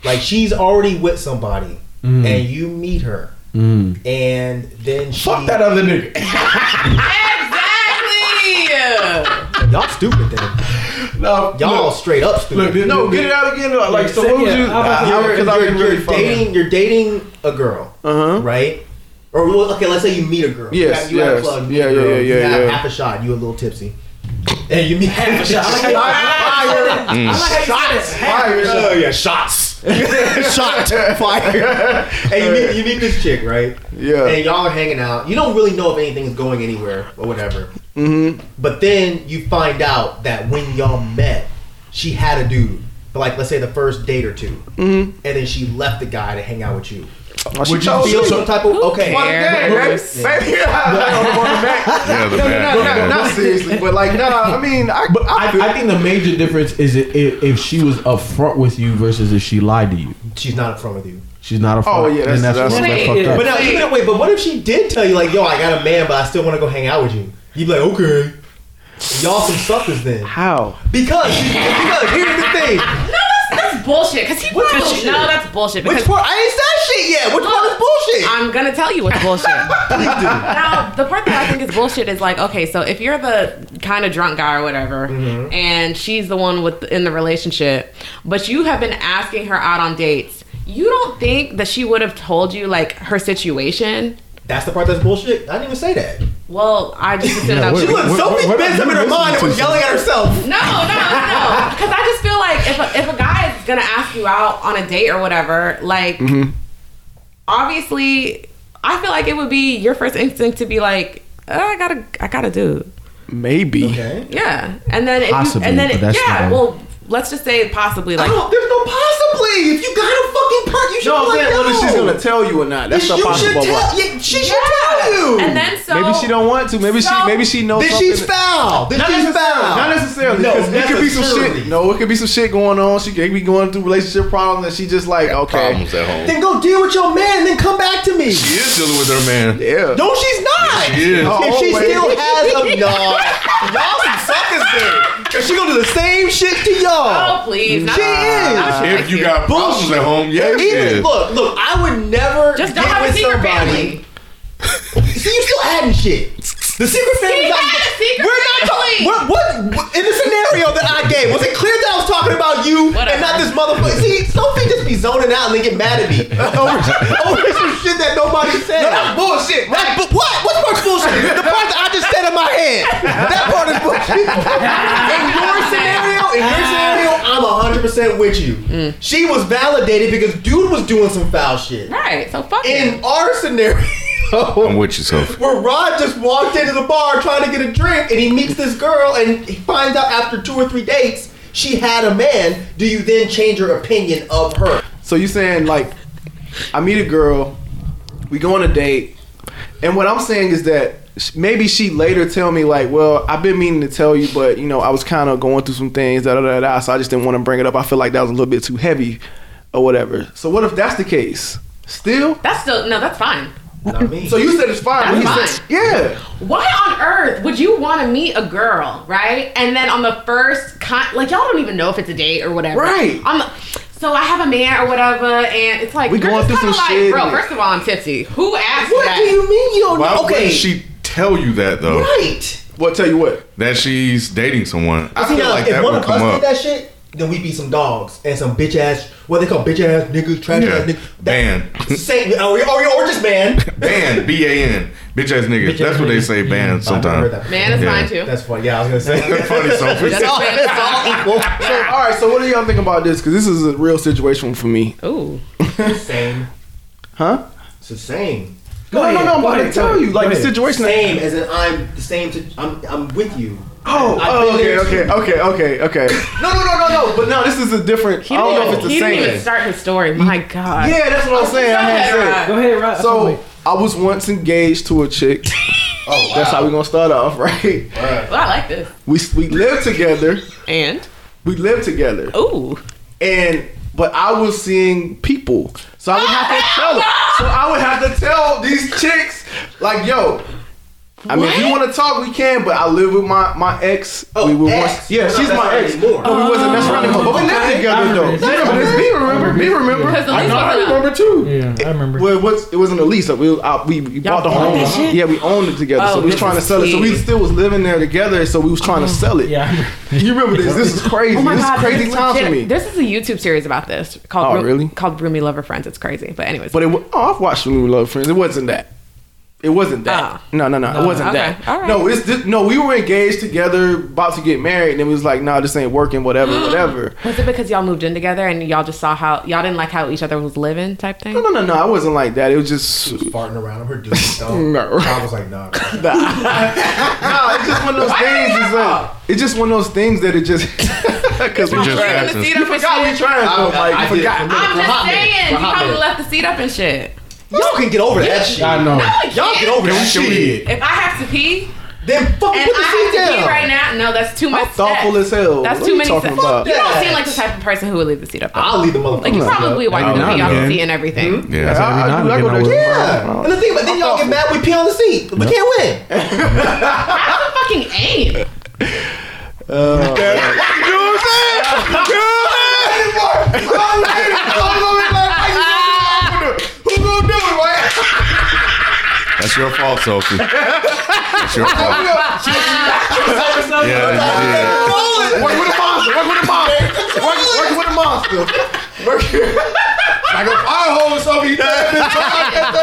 [SPEAKER 1] like she's already with somebody
[SPEAKER 7] Mm.
[SPEAKER 1] and you meet her and then she
[SPEAKER 7] fuck that other nigga?
[SPEAKER 6] Exactly.
[SPEAKER 1] y'all stupid then
[SPEAKER 7] No,
[SPEAKER 1] y'all
[SPEAKER 7] look,
[SPEAKER 1] straight up stupid.
[SPEAKER 7] look, this-
[SPEAKER 3] No,
[SPEAKER 7] this-
[SPEAKER 3] get it out again. though. Like so, what would
[SPEAKER 8] Yeah,
[SPEAKER 3] you?
[SPEAKER 8] I'm about to-
[SPEAKER 3] Because I
[SPEAKER 1] you're,
[SPEAKER 3] was really
[SPEAKER 1] you're
[SPEAKER 3] fucking.
[SPEAKER 1] dating you're dating a girl,
[SPEAKER 3] Uh-huh.
[SPEAKER 1] right? Or well, okay, let's say you meet a girl. You
[SPEAKER 3] Yes,
[SPEAKER 1] have- you have a
[SPEAKER 3] yes.
[SPEAKER 1] plug, you
[SPEAKER 3] Yeah,
[SPEAKER 1] meet a
[SPEAKER 3] yeah,
[SPEAKER 1] girl,
[SPEAKER 3] yeah,
[SPEAKER 1] You
[SPEAKER 3] yeah,
[SPEAKER 1] have
[SPEAKER 3] yeah.
[SPEAKER 1] half a shot. You a little tipsy, and you meet half a shot. I like how you- shots fired. Oh yeah, shots. Shot fired. and you meet, you meet this chick, right?
[SPEAKER 3] Yeah.
[SPEAKER 1] And y'all are hanging out. You don't really know if anything's going anywhere or whatever. Mm-hmm. But then you find out that when y'all met, she had a dude. But like, let's say the first date or 2 and then she left the guy to hang out with you. Would you feel some type of okay?
[SPEAKER 6] cares?
[SPEAKER 2] Yeah, the bad.
[SPEAKER 3] No, not seriously, but like, no, I mean, I,
[SPEAKER 7] But
[SPEAKER 3] I,
[SPEAKER 7] I, I think the major difference is i- if, if she was upfront with you versus if she lied to you.
[SPEAKER 1] She's not up front with you.
[SPEAKER 7] She's not upfront.
[SPEAKER 3] Oh, yeah,
[SPEAKER 7] then that's,
[SPEAKER 3] that's- that's-
[SPEAKER 7] what- that's
[SPEAKER 8] Wait,
[SPEAKER 7] fucked up.
[SPEAKER 1] But now, even wait. But what if she did tell you like, "Yo, I got a man, but I still want to go hang out with you"? You'd be like, "Okay." Y'all some suckers then.
[SPEAKER 3] how?
[SPEAKER 1] Because, because here's the thing.
[SPEAKER 6] That's bullshit. Cause he
[SPEAKER 1] What
[SPEAKER 6] bullshit.
[SPEAKER 1] bullshit?
[SPEAKER 6] No, that's bullshit.
[SPEAKER 1] Which
[SPEAKER 6] because-
[SPEAKER 1] part? I ain't said shit yet. Which part is bullshit?
[SPEAKER 6] I'm gonna tell you what's bullshit. now, the part that I think is bullshit is like, okay, so if you're the kind of drunk guy or whatever, and she's the one with in the relationship, but you have been asking her out on dates, you don't think that she would have told you like her situation?
[SPEAKER 1] that's the part that's bullshit. I didn't even say that.
[SPEAKER 6] Well, I just assumed that
[SPEAKER 1] She
[SPEAKER 6] was.
[SPEAKER 1] was so
[SPEAKER 7] what- what-
[SPEAKER 1] convinced in her
[SPEAKER 7] what-
[SPEAKER 1] mind and was yelling at herself.
[SPEAKER 6] No, no, no. Because I just feel like if a, if a guy is gonna ask you out on a date or whatever, like
[SPEAKER 1] Mm-hmm.
[SPEAKER 6] obviously, I feel like it would be your first instinct to be like, oh, I gotta, I gotta do,
[SPEAKER 3] Maybe.
[SPEAKER 1] Okay.
[SPEAKER 6] yeah. And then if
[SPEAKER 7] Possibly,
[SPEAKER 6] you, and then
[SPEAKER 7] but
[SPEAKER 6] it-
[SPEAKER 7] that's
[SPEAKER 6] yeah.
[SPEAKER 7] not-
[SPEAKER 6] Well, let's just say possibly
[SPEAKER 1] I
[SPEAKER 6] like.
[SPEAKER 1] don't, there's no possibly. If you got a fucking part, you should
[SPEAKER 3] No,
[SPEAKER 1] be
[SPEAKER 3] I'm
[SPEAKER 1] like,
[SPEAKER 3] saying
[SPEAKER 1] yo.
[SPEAKER 3] whether she's gonna tell you or not. That's
[SPEAKER 1] you
[SPEAKER 3] not
[SPEAKER 1] should
[SPEAKER 3] possible.
[SPEAKER 1] tell. Yeah, she
[SPEAKER 6] Yeah.
[SPEAKER 1] should tell you.
[SPEAKER 6] And then so
[SPEAKER 3] Maybe maybe she don't want to. Maybe
[SPEAKER 6] so-
[SPEAKER 3] she maybe she knows.
[SPEAKER 1] Then
[SPEAKER 3] something
[SPEAKER 1] she's
[SPEAKER 3] that-
[SPEAKER 1] foul. Then
[SPEAKER 3] Not
[SPEAKER 1] she's
[SPEAKER 3] necessarily.
[SPEAKER 1] foul.
[SPEAKER 3] Not necessarily.
[SPEAKER 1] No,
[SPEAKER 3] 'cause it could be some shit.
[SPEAKER 1] necessarily.
[SPEAKER 3] No, it could be some shit going on. She could be going through relationship problems, and she just like okay,
[SPEAKER 2] Problems at home.
[SPEAKER 1] Then go deal with your man. Then come back to me.
[SPEAKER 2] she is dealing with her man.
[SPEAKER 3] yeah.
[SPEAKER 1] No, she's not.
[SPEAKER 2] She is.
[SPEAKER 1] If she
[SPEAKER 3] Oh, wait.
[SPEAKER 1] still has a nah, y'all some suckers there. Cause she gonna do the same shit to
[SPEAKER 6] Oh,
[SPEAKER 1] y'all.
[SPEAKER 6] please. Not,
[SPEAKER 1] She
[SPEAKER 6] not-
[SPEAKER 1] is.
[SPEAKER 6] not you
[SPEAKER 2] If
[SPEAKER 6] guys
[SPEAKER 2] you
[SPEAKER 6] here.
[SPEAKER 2] got problems at home, yeah, she
[SPEAKER 1] Even,
[SPEAKER 2] is.
[SPEAKER 1] look, look. I would never
[SPEAKER 6] Just don't
[SPEAKER 1] get
[SPEAKER 6] have a
[SPEAKER 1] with
[SPEAKER 6] secret
[SPEAKER 1] somebody.
[SPEAKER 6] family.
[SPEAKER 1] See, you still adding shit. The secret family.
[SPEAKER 6] He had a secret
[SPEAKER 1] we're not
[SPEAKER 6] family.
[SPEAKER 1] talking. What, what, what? In the scenario that I gave, was it clear that I was talking about you
[SPEAKER 6] Whatever.
[SPEAKER 1] and not this motherfucker? See, Sophie just be zoning out and then get mad at me over, over some shit that nobody said.
[SPEAKER 3] that's bullshit.
[SPEAKER 1] That bu- what? What part's bullshit? The part that I just said in my head. That part is bullshit. in your scenario, in your scenario, I'm 100% with you. She was validated because dude was doing some foul shit.
[SPEAKER 6] Right. So fuck
[SPEAKER 1] In
[SPEAKER 6] it.
[SPEAKER 1] our scenario,
[SPEAKER 2] I'm with you, Sophie.
[SPEAKER 1] where Rod just walked into the bar trying to get a drink and he meets this girl and he finds out after two or three dates she had a man, do you then change your opinion of her?
[SPEAKER 3] So you saying like, I meet a girl, we go on a date, and what I'm saying is that sh- maybe she later tell me like, well, I've been meaning to tell you, but you know, I was kind of going through some things, da da da da. So I just didn't want to bring it up. I feel like that was a little bit too heavy, or whatever. So what if that's the case? Still.
[SPEAKER 6] That's still no. That's fine.
[SPEAKER 1] Not me.
[SPEAKER 3] So you said it's fine.
[SPEAKER 6] That's
[SPEAKER 3] but he
[SPEAKER 6] fine.
[SPEAKER 3] said, yeah.
[SPEAKER 6] Why on earth would you want to meet a girl, right? And then on the first con, like y'all don't even know if it's a date or whatever,
[SPEAKER 3] Right.
[SPEAKER 6] On the, so I have a man or whatever, and it's like
[SPEAKER 3] We
[SPEAKER 6] you're
[SPEAKER 3] going through
[SPEAKER 6] just kinda
[SPEAKER 3] some
[SPEAKER 6] like,
[SPEAKER 3] shit.
[SPEAKER 6] Bro, first of all, I'm tipsy. Who asked
[SPEAKER 1] what
[SPEAKER 6] that?
[SPEAKER 1] do you mean you don't
[SPEAKER 2] Why
[SPEAKER 1] know? Okay.
[SPEAKER 2] wouldn't she tell you that though?
[SPEAKER 1] right.
[SPEAKER 3] Well, tell you what.
[SPEAKER 2] That she's dating someone. I
[SPEAKER 1] See,
[SPEAKER 2] feel
[SPEAKER 1] now,
[SPEAKER 2] like
[SPEAKER 1] if
[SPEAKER 2] that
[SPEAKER 1] one
[SPEAKER 2] would
[SPEAKER 1] of us
[SPEAKER 2] come
[SPEAKER 1] did
[SPEAKER 2] up.
[SPEAKER 1] that shit, then we'd be some dogs and some bitch ass, what they call bitch ass niggas, trash
[SPEAKER 2] Yeah.
[SPEAKER 1] ass niggas.
[SPEAKER 2] Ban.
[SPEAKER 1] Same, or, or, or just ban.
[SPEAKER 2] Ban, B A N, bitch ass niggas.
[SPEAKER 1] Bitch-ass
[SPEAKER 2] That's what they
[SPEAKER 1] niggas.
[SPEAKER 2] say.
[SPEAKER 1] I've
[SPEAKER 2] Ban
[SPEAKER 1] never heard
[SPEAKER 2] sometimes.
[SPEAKER 1] that.
[SPEAKER 6] Man, it's
[SPEAKER 2] Yeah.
[SPEAKER 6] fine too.
[SPEAKER 1] That's funny. Yeah, I was gonna say.
[SPEAKER 2] Funny, Sophie.
[SPEAKER 6] That's all. That's all equal.
[SPEAKER 3] So, all right. So what do y'all think about this? Because this is a real situation for me.
[SPEAKER 6] Ooh.
[SPEAKER 1] same.
[SPEAKER 3] Huh?
[SPEAKER 1] It's the same.
[SPEAKER 3] No, no, no.
[SPEAKER 7] ahead,
[SPEAKER 3] I'm
[SPEAKER 7] go
[SPEAKER 3] about to
[SPEAKER 7] ahead,
[SPEAKER 3] tell
[SPEAKER 7] go
[SPEAKER 3] you. Like the
[SPEAKER 7] ahead.
[SPEAKER 3] situation.
[SPEAKER 1] Same as in I'm the same. To, I'm I'm with you.
[SPEAKER 3] Oh,
[SPEAKER 1] I've
[SPEAKER 3] oh,
[SPEAKER 1] been
[SPEAKER 3] okay,
[SPEAKER 1] there
[SPEAKER 3] okay,
[SPEAKER 1] too.
[SPEAKER 3] okay, okay, okay. No, no, no, no, no. But no, this is a different. I
[SPEAKER 6] He
[SPEAKER 3] don't know if it's
[SPEAKER 6] didn't,
[SPEAKER 3] the
[SPEAKER 6] even, he didn't
[SPEAKER 3] same.
[SPEAKER 6] even start his story. My God.
[SPEAKER 3] Yeah, that's what I'm saying. I had
[SPEAKER 6] Go
[SPEAKER 3] to
[SPEAKER 6] ahead,
[SPEAKER 3] say.
[SPEAKER 6] Rod.
[SPEAKER 8] Go ahead, Rod.
[SPEAKER 3] So I was once engaged to a chick. Oh, that's how we gonna start off, right?
[SPEAKER 6] Well, I like this.
[SPEAKER 3] We we lived together.
[SPEAKER 6] And
[SPEAKER 3] We lived together,
[SPEAKER 6] ooh.
[SPEAKER 3] and but I was seeing people, so I would have to tell them. So I would have to tell these chicks, like, yo. I mean, if you
[SPEAKER 6] What?
[SPEAKER 3] want to talk, we can. But I live with my my ex.
[SPEAKER 1] Oh,
[SPEAKER 3] we were
[SPEAKER 1] ex.
[SPEAKER 3] once, yeah,
[SPEAKER 1] We're not
[SPEAKER 3] she's
[SPEAKER 1] best
[SPEAKER 3] my ex.
[SPEAKER 1] friends anymore.
[SPEAKER 3] But we wasn't best friends anymore. But we lived together though.
[SPEAKER 8] remember
[SPEAKER 3] No, no, but me remember. Me remember.
[SPEAKER 6] Because the
[SPEAKER 3] I
[SPEAKER 6] lease
[SPEAKER 3] know. I
[SPEAKER 6] wasn't up.
[SPEAKER 3] remember too.
[SPEAKER 8] Yeah, I remember.
[SPEAKER 3] Well, it, was, it wasn't a lease. So we was out, we, we bought the
[SPEAKER 8] bought
[SPEAKER 3] home.
[SPEAKER 8] that shit?
[SPEAKER 3] Yeah, we owned it together.
[SPEAKER 6] Oh,
[SPEAKER 3] so we was
[SPEAKER 6] this
[SPEAKER 3] trying to
[SPEAKER 6] is
[SPEAKER 3] sell it. So we
[SPEAKER 6] key.
[SPEAKER 3] still was living there together. So we was trying to sell it.
[SPEAKER 8] yeah, I remember.
[SPEAKER 3] You remember this? This is crazy. this is crazy
[SPEAKER 6] Oh this
[SPEAKER 3] times for
[SPEAKER 6] legit-
[SPEAKER 3] me.
[SPEAKER 6] This is a YouTube series about this called
[SPEAKER 3] Oh,
[SPEAKER 6] Room-
[SPEAKER 3] really?
[SPEAKER 6] called Roomy Lover Friends. It's crazy, but anyways.
[SPEAKER 3] But it wa- oh, I've watched New Love Friends. It wasn't that. It wasn't that.
[SPEAKER 6] Ah.
[SPEAKER 3] no, no, no, It wasn't
[SPEAKER 6] okay.
[SPEAKER 3] that.
[SPEAKER 6] All right.
[SPEAKER 3] No, it's this, no. We were engaged together, about to get married, and it was like, nah, this ain't working. Whatever, whatever.
[SPEAKER 6] was it because y'all moved in together and y'all just saw how y'all didn't like how each other was living type thing?
[SPEAKER 3] No, no, no, no. I wasn't like that. It was just
[SPEAKER 1] Farting around her doing stuff.
[SPEAKER 3] No.
[SPEAKER 1] I was like, nah. bro.
[SPEAKER 3] Nah, it's just one of those things. It's like it's just one of those things that it just because we
[SPEAKER 2] It just
[SPEAKER 3] tried.
[SPEAKER 2] happens.
[SPEAKER 3] You forgot we tried. though, Mike.
[SPEAKER 1] I
[SPEAKER 3] You
[SPEAKER 1] did.
[SPEAKER 3] forgot.
[SPEAKER 1] For
[SPEAKER 6] I'm just
[SPEAKER 1] hot minute.
[SPEAKER 6] saying,
[SPEAKER 1] For
[SPEAKER 6] you
[SPEAKER 1] a hot
[SPEAKER 6] probably
[SPEAKER 1] minute.
[SPEAKER 6] left the seat up and shit.
[SPEAKER 1] Y'all can get over that shit.
[SPEAKER 7] I know.
[SPEAKER 1] Y'all get over that shit.
[SPEAKER 6] If I have to pee
[SPEAKER 1] Then fucking
[SPEAKER 6] and
[SPEAKER 1] put the
[SPEAKER 6] I
[SPEAKER 1] seat
[SPEAKER 6] have to pee
[SPEAKER 1] down.
[SPEAKER 6] right now, no, that's too much.
[SPEAKER 3] I'm thoughtful
[SPEAKER 6] steps.
[SPEAKER 3] as hell.
[SPEAKER 6] That's
[SPEAKER 3] What
[SPEAKER 6] too
[SPEAKER 3] you
[SPEAKER 6] many
[SPEAKER 3] talking
[SPEAKER 6] steps.
[SPEAKER 3] about?
[SPEAKER 6] You don't
[SPEAKER 1] Yeah.
[SPEAKER 6] seem like the type of person who would leave the seat up. though.
[SPEAKER 1] I'll leave the motherfucker.
[SPEAKER 6] like you probably white
[SPEAKER 8] I'll
[SPEAKER 6] people
[SPEAKER 8] not,
[SPEAKER 6] y'all
[SPEAKER 8] man.
[SPEAKER 6] can see and everything.
[SPEAKER 3] Hmm?
[SPEAKER 2] Yeah.
[SPEAKER 3] I, I,
[SPEAKER 8] Every
[SPEAKER 3] do. I
[SPEAKER 8] now and
[SPEAKER 3] go
[SPEAKER 8] again, I
[SPEAKER 3] there.
[SPEAKER 8] will.
[SPEAKER 1] yeah.
[SPEAKER 3] Oh.
[SPEAKER 1] And the thing about then y'all get mad, we pee on the seat. We can't win.
[SPEAKER 6] That's a fucking aim.
[SPEAKER 2] That's your fault, Sophie. That's your fault. Yeah, you
[SPEAKER 3] Work with a monster. Work with a monster. Work, work with a monster. Work. like a fire hose over you.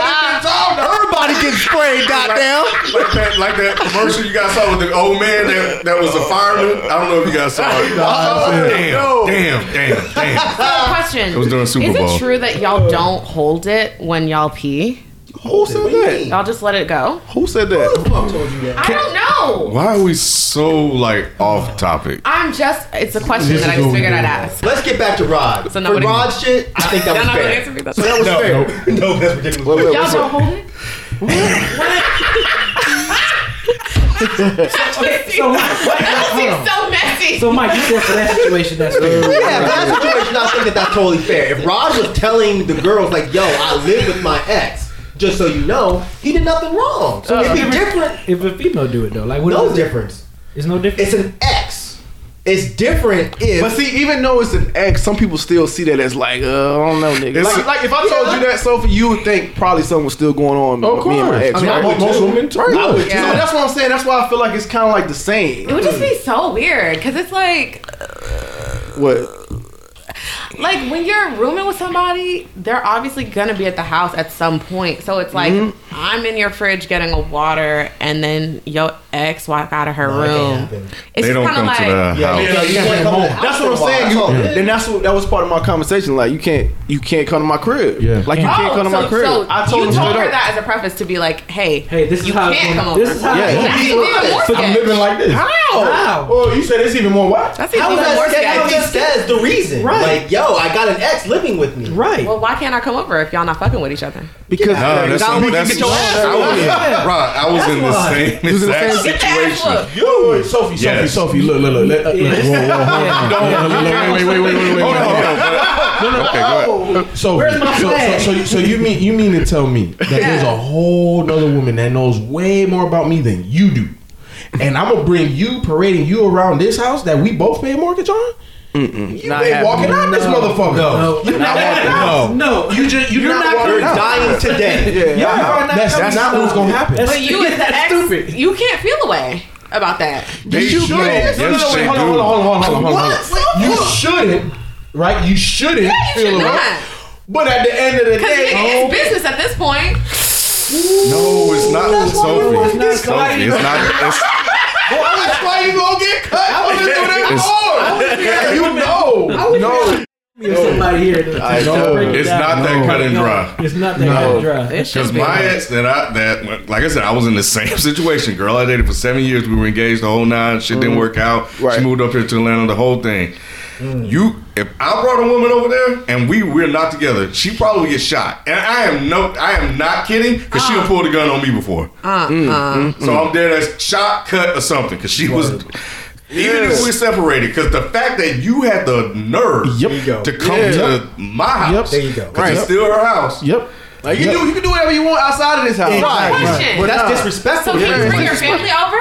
[SPEAKER 1] Her body gets sprayed, goddamn.
[SPEAKER 2] did. Like that, like that commercial you guys saw with the old man that, that was a fireman. I don't know if you guys saw it. damn,
[SPEAKER 3] No.
[SPEAKER 2] damn, damn, damn.
[SPEAKER 6] So,
[SPEAKER 3] Uh,
[SPEAKER 6] question.
[SPEAKER 2] It was during Super
[SPEAKER 6] Is
[SPEAKER 2] Bowl.
[SPEAKER 6] it true that y'all don't hold it when y'all pee?
[SPEAKER 3] Who said that?
[SPEAKER 6] Y'all just let it go?
[SPEAKER 3] Who said that?
[SPEAKER 6] I don't know.
[SPEAKER 2] Why are we so like off topic?
[SPEAKER 6] I'm just, it's a question
[SPEAKER 7] This
[SPEAKER 6] that I
[SPEAKER 7] is
[SPEAKER 6] just
[SPEAKER 7] what we
[SPEAKER 6] figured
[SPEAKER 7] do.
[SPEAKER 6] I'd ask.
[SPEAKER 1] Let's get back to Rod.
[SPEAKER 6] So
[SPEAKER 1] For
[SPEAKER 6] nobody-
[SPEAKER 1] Rod shit, I think that
[SPEAKER 6] Y'all
[SPEAKER 1] was
[SPEAKER 6] not gonna answer
[SPEAKER 1] fair.
[SPEAKER 6] me. That's
[SPEAKER 1] So that was fair. No, that's ridiculous.
[SPEAKER 6] Y'all don't hold it?
[SPEAKER 8] Okay, so,
[SPEAKER 6] It's so messy.
[SPEAKER 8] so Mike, you said for that situation, that's fair.
[SPEAKER 1] Yeah, for that situation, I think that that's totally fair. If Rod was telling the girls, like, yo, I live with my ex, just so you know, he did nothing wrong. So it'd be different.
[SPEAKER 8] If a female do it though, like what
[SPEAKER 1] No
[SPEAKER 8] is it?
[SPEAKER 1] difference.
[SPEAKER 8] It's no difference.
[SPEAKER 1] It's an ex. It's different if.
[SPEAKER 3] But see, even though it's an ex, some people still see that as like, uh, I don't know, nigga.
[SPEAKER 2] It's-
[SPEAKER 3] Like, like if I told you that, Sophie, you would think probably something was still going on with me and my ex.
[SPEAKER 7] I mean,
[SPEAKER 3] right?
[SPEAKER 7] mo- most women too.
[SPEAKER 3] Right.
[SPEAKER 7] would.
[SPEAKER 3] So that's what I'm saying. That's why I feel like it's kind of like the same.
[SPEAKER 6] It would just be so weird because it's like,
[SPEAKER 3] What?
[SPEAKER 6] like when you're rooming with somebody, they're obviously gonna be at the house at some point. So it's like I'm in your fridge getting a water, and then your ex walk out of her
[SPEAKER 1] that can't
[SPEAKER 6] room.
[SPEAKER 1] happen.
[SPEAKER 6] It's
[SPEAKER 2] They don't
[SPEAKER 6] kinda
[SPEAKER 2] come to the house.
[SPEAKER 1] Yeah, you can't come home.
[SPEAKER 3] That's what I'm saying.
[SPEAKER 1] That's all
[SPEAKER 3] You,
[SPEAKER 1] it is.
[SPEAKER 3] then that's what that was part of my conversation. Like you can't you can't come to my crib.
[SPEAKER 7] Yeah.
[SPEAKER 3] Like you
[SPEAKER 6] Oh,
[SPEAKER 3] can't come to
[SPEAKER 6] so,
[SPEAKER 3] my crib.
[SPEAKER 6] so
[SPEAKER 3] I told
[SPEAKER 6] you
[SPEAKER 3] him
[SPEAKER 6] told
[SPEAKER 3] straight
[SPEAKER 6] her
[SPEAKER 3] up.
[SPEAKER 6] that as a preface to be like, hey,
[SPEAKER 8] Hey, this is
[SPEAKER 6] you
[SPEAKER 8] how it's
[SPEAKER 6] can't
[SPEAKER 8] gonna-
[SPEAKER 6] come over.
[SPEAKER 8] this is how-
[SPEAKER 3] Yeah.
[SPEAKER 6] That's even worse
[SPEAKER 7] I'm
[SPEAKER 6] sketch.
[SPEAKER 7] living like this.
[SPEAKER 6] How?
[SPEAKER 7] Oh, you said it's even more what?
[SPEAKER 6] That's even
[SPEAKER 1] How is
[SPEAKER 6] more
[SPEAKER 1] that
[SPEAKER 6] sketch.
[SPEAKER 1] how is that says the reason?
[SPEAKER 8] Right.
[SPEAKER 1] Like, yo, I got an ex living with me.
[SPEAKER 8] Right.
[SPEAKER 6] Well, why can't I come over if y'all not fucking with each other?
[SPEAKER 3] Because
[SPEAKER 2] Nah, that's,
[SPEAKER 1] Nah, we
[SPEAKER 2] that's,
[SPEAKER 1] can get your ass
[SPEAKER 2] I was,
[SPEAKER 8] out.
[SPEAKER 2] Rod, I was in the
[SPEAKER 8] why.
[SPEAKER 2] same
[SPEAKER 3] was in the
[SPEAKER 2] exact
[SPEAKER 3] same-
[SPEAKER 6] Get your ass
[SPEAKER 2] situation.
[SPEAKER 6] whooped.
[SPEAKER 7] Yo, wait, Sophie,
[SPEAKER 2] Yes.
[SPEAKER 7] Sophie, Sophie, look, look, look, let- uh, look, whoa, whoa, whoa, whoa, wait, wait, wait, wait, wait, wait,
[SPEAKER 2] Hold on,
[SPEAKER 7] wait,
[SPEAKER 2] hold
[SPEAKER 7] wait.
[SPEAKER 2] on. but- Okay, go ahead.
[SPEAKER 7] So,
[SPEAKER 8] Where's my
[SPEAKER 7] so, so,
[SPEAKER 8] flag?
[SPEAKER 7] so, you- so you mean you mean to tell me that there's a whole other woman that knows way more about me than you do, and I'm gonna bring you parading you around this house that we both pay a mortgage on? Mm-mm, you
[SPEAKER 3] Not
[SPEAKER 7] ain't
[SPEAKER 3] happening.
[SPEAKER 7] walking out this motherfucker.
[SPEAKER 8] No.
[SPEAKER 7] you're not walking out.
[SPEAKER 8] No, you just you're, not,
[SPEAKER 7] walking
[SPEAKER 1] You're
[SPEAKER 7] out.
[SPEAKER 1] dying today.
[SPEAKER 3] yeah,
[SPEAKER 7] Yeah, that's, that's not what's gonna happen.
[SPEAKER 6] But you as the
[SPEAKER 8] That's
[SPEAKER 6] ex,
[SPEAKER 8] stupid.
[SPEAKER 6] you can't feel away about that.
[SPEAKER 2] They
[SPEAKER 7] you
[SPEAKER 2] should.
[SPEAKER 7] shouldn't.
[SPEAKER 2] Yes,
[SPEAKER 7] No, no, no,
[SPEAKER 2] they
[SPEAKER 7] wait, hold on, hold on,
[SPEAKER 2] do.
[SPEAKER 7] hold on, hold on, hold on. Hold on. You shouldn't, right? You shouldn't
[SPEAKER 6] you
[SPEAKER 7] feel
[SPEAKER 6] should
[SPEAKER 7] away.
[SPEAKER 6] not.
[SPEAKER 7] But at the end of the
[SPEAKER 6] Because
[SPEAKER 7] day,
[SPEAKER 6] it's business at this point.
[SPEAKER 2] No, it's not
[SPEAKER 7] That's why we
[SPEAKER 2] Sophie.
[SPEAKER 7] was not
[SPEAKER 2] It's Sophie. It's
[SPEAKER 7] colliding.
[SPEAKER 2] not. It's,
[SPEAKER 7] that's why you gonna get cut. I was doing that hard. You know, no.
[SPEAKER 8] There's somebody here. To,
[SPEAKER 3] I know.
[SPEAKER 8] break it
[SPEAKER 2] it's
[SPEAKER 8] down.
[SPEAKER 2] not that cut and dry.
[SPEAKER 8] It's not that cut and dry.
[SPEAKER 2] Because my ex that I that like I said, I was in the same situation. Girl, I dated for seven years. We were engaged the whole nine. Shit
[SPEAKER 7] Mm-hmm.
[SPEAKER 2] didn't work out.
[SPEAKER 3] Right.
[SPEAKER 2] She moved up here to Atlanta. The whole thing.
[SPEAKER 7] Mm.
[SPEAKER 2] You, if I brought a woman over there and we we're not together, she probably would get shot. And I am no, I am not kidding because
[SPEAKER 7] Uh.
[SPEAKER 2] she done pulled a gun on me before. So I'm there that's shot, cut, or something. Because she was. Even if we're separated, because the fact that you had the nerve
[SPEAKER 7] Yep. There you go.
[SPEAKER 2] to come
[SPEAKER 3] Yeah.
[SPEAKER 2] to my house,
[SPEAKER 7] Yep. There you
[SPEAKER 1] go.
[SPEAKER 2] 'cause it's still her house.
[SPEAKER 7] Yep.
[SPEAKER 3] Like you do you can do whatever you want outside of this house.
[SPEAKER 1] Right.
[SPEAKER 6] Question.
[SPEAKER 1] Well, that's
[SPEAKER 6] So
[SPEAKER 1] disrespectful.
[SPEAKER 6] can you
[SPEAKER 1] Yeah.
[SPEAKER 6] bring your family over?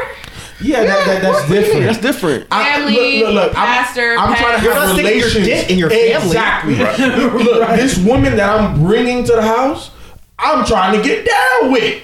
[SPEAKER 7] Yeah, that, that, that's different.
[SPEAKER 3] That's different.
[SPEAKER 6] Family,
[SPEAKER 7] I'm-
[SPEAKER 6] pastor,
[SPEAKER 7] I'm,
[SPEAKER 6] pet.
[SPEAKER 7] trying to
[SPEAKER 1] You're
[SPEAKER 7] have
[SPEAKER 1] not sticking your
[SPEAKER 7] relations
[SPEAKER 1] dick in your family.
[SPEAKER 7] Exactly. Look, this woman that I'm bringing to the house, I'm trying to get down with.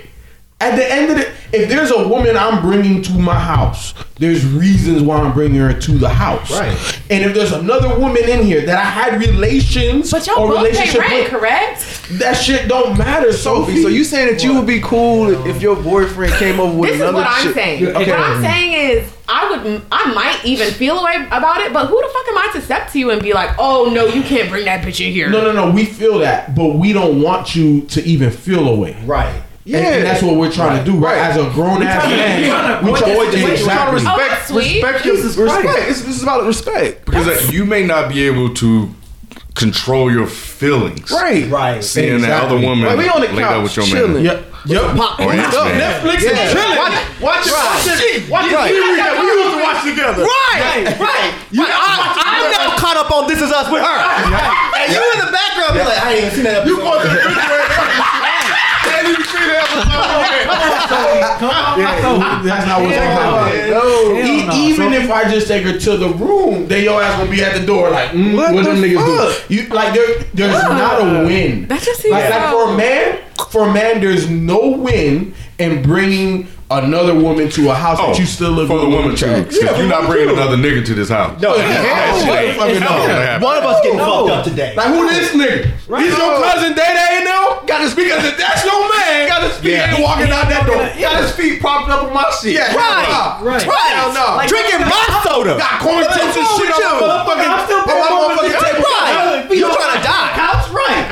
[SPEAKER 7] At the end of the, if there's a woman I'm bringing to my house, there's reasons why I'm bringing her to the house.
[SPEAKER 1] Right.
[SPEAKER 7] And if there's another woman in here that I had relations
[SPEAKER 6] But y'all
[SPEAKER 7] or
[SPEAKER 6] both pay
[SPEAKER 7] relationship
[SPEAKER 6] rent,
[SPEAKER 7] with,
[SPEAKER 6] correct?
[SPEAKER 7] that shit don't matter, Sophie.
[SPEAKER 3] Sophie, so you saying that you would be cool if your boyfriend came over with
[SPEAKER 6] This is
[SPEAKER 3] another
[SPEAKER 6] what I'm
[SPEAKER 3] chick?
[SPEAKER 6] saying.
[SPEAKER 7] Okay.
[SPEAKER 6] What I'm saying is, I would, I might even feel away about it, but who the fuck am I to step to you and be like, oh no, you can't bring that bitch in here?
[SPEAKER 7] No, no, no. We feel that, but we don't want you to even feel away.
[SPEAKER 1] Right.
[SPEAKER 7] Yeah, and, and that's what we're trying to do, right?
[SPEAKER 3] Right.
[SPEAKER 7] As a grown ass man, we
[SPEAKER 3] We're
[SPEAKER 7] try-
[SPEAKER 3] trying to
[SPEAKER 7] exactly.
[SPEAKER 6] Oh,
[SPEAKER 3] respect,
[SPEAKER 6] that's sweet.
[SPEAKER 3] respect, your,
[SPEAKER 7] Jesus
[SPEAKER 3] respect.
[SPEAKER 7] Christ.
[SPEAKER 3] It's, this is about respect.
[SPEAKER 2] Because uh, you may not be able to control your feelings.
[SPEAKER 3] Right.
[SPEAKER 1] Right.
[SPEAKER 2] Seeing that other woman
[SPEAKER 3] Like, we on the
[SPEAKER 2] laid out
[SPEAKER 3] couch
[SPEAKER 2] with your
[SPEAKER 3] chilling.
[SPEAKER 2] man.
[SPEAKER 7] Yep. Yep.
[SPEAKER 2] Or ex man.
[SPEAKER 7] Netflix is chilling.
[SPEAKER 3] Watch, watch, it. watch
[SPEAKER 1] Right.
[SPEAKER 3] the series that we used to watch together.
[SPEAKER 1] Right, right. I, am now caught up on This Is Us with her. And you in the background be like, I ain't even seen that episode. You
[SPEAKER 3] Watch the
[SPEAKER 7] That's not what's
[SPEAKER 3] Oh,
[SPEAKER 7] going on.
[SPEAKER 3] no.
[SPEAKER 7] E- even if I just take her to the room, then your ass will be at the door like, mm,
[SPEAKER 3] What
[SPEAKER 7] what,
[SPEAKER 3] the
[SPEAKER 7] them
[SPEAKER 3] fuck?
[SPEAKER 7] niggas do? You like there, there's not a win.
[SPEAKER 6] That just seems
[SPEAKER 7] like, like
[SPEAKER 6] so-
[SPEAKER 7] for a man, for a man, there's no win in bringing another woman to a house
[SPEAKER 2] Oh,
[SPEAKER 7] that you still live
[SPEAKER 2] for the
[SPEAKER 7] with.
[SPEAKER 2] woman too. Because
[SPEAKER 7] Yeah,
[SPEAKER 2] you're not
[SPEAKER 7] for
[SPEAKER 2] bringing
[SPEAKER 7] you.
[SPEAKER 2] another nigga to this house.
[SPEAKER 7] No,
[SPEAKER 2] that shit ain't
[SPEAKER 7] fucking
[SPEAKER 2] never
[SPEAKER 7] no.
[SPEAKER 2] gonna happen.
[SPEAKER 1] One of us getting fucked up today.
[SPEAKER 7] Like who this nigga? He's your cousin, Day Day, you know? Got his feet, that's your man. Got his feet
[SPEAKER 2] Yeah.
[SPEAKER 7] walking out that door.
[SPEAKER 3] Got his feet propped up on my seat.
[SPEAKER 7] Yeah,
[SPEAKER 1] Right.
[SPEAKER 7] right.
[SPEAKER 8] Right.
[SPEAKER 7] Hell no.
[SPEAKER 1] Like, drinking my soda.
[SPEAKER 7] Got corn chips and shit on my motherfucking,
[SPEAKER 8] I'm still
[SPEAKER 7] on my
[SPEAKER 8] paying
[SPEAKER 7] motherfucking table.
[SPEAKER 1] Right. You trying to die.
[SPEAKER 7] That's right.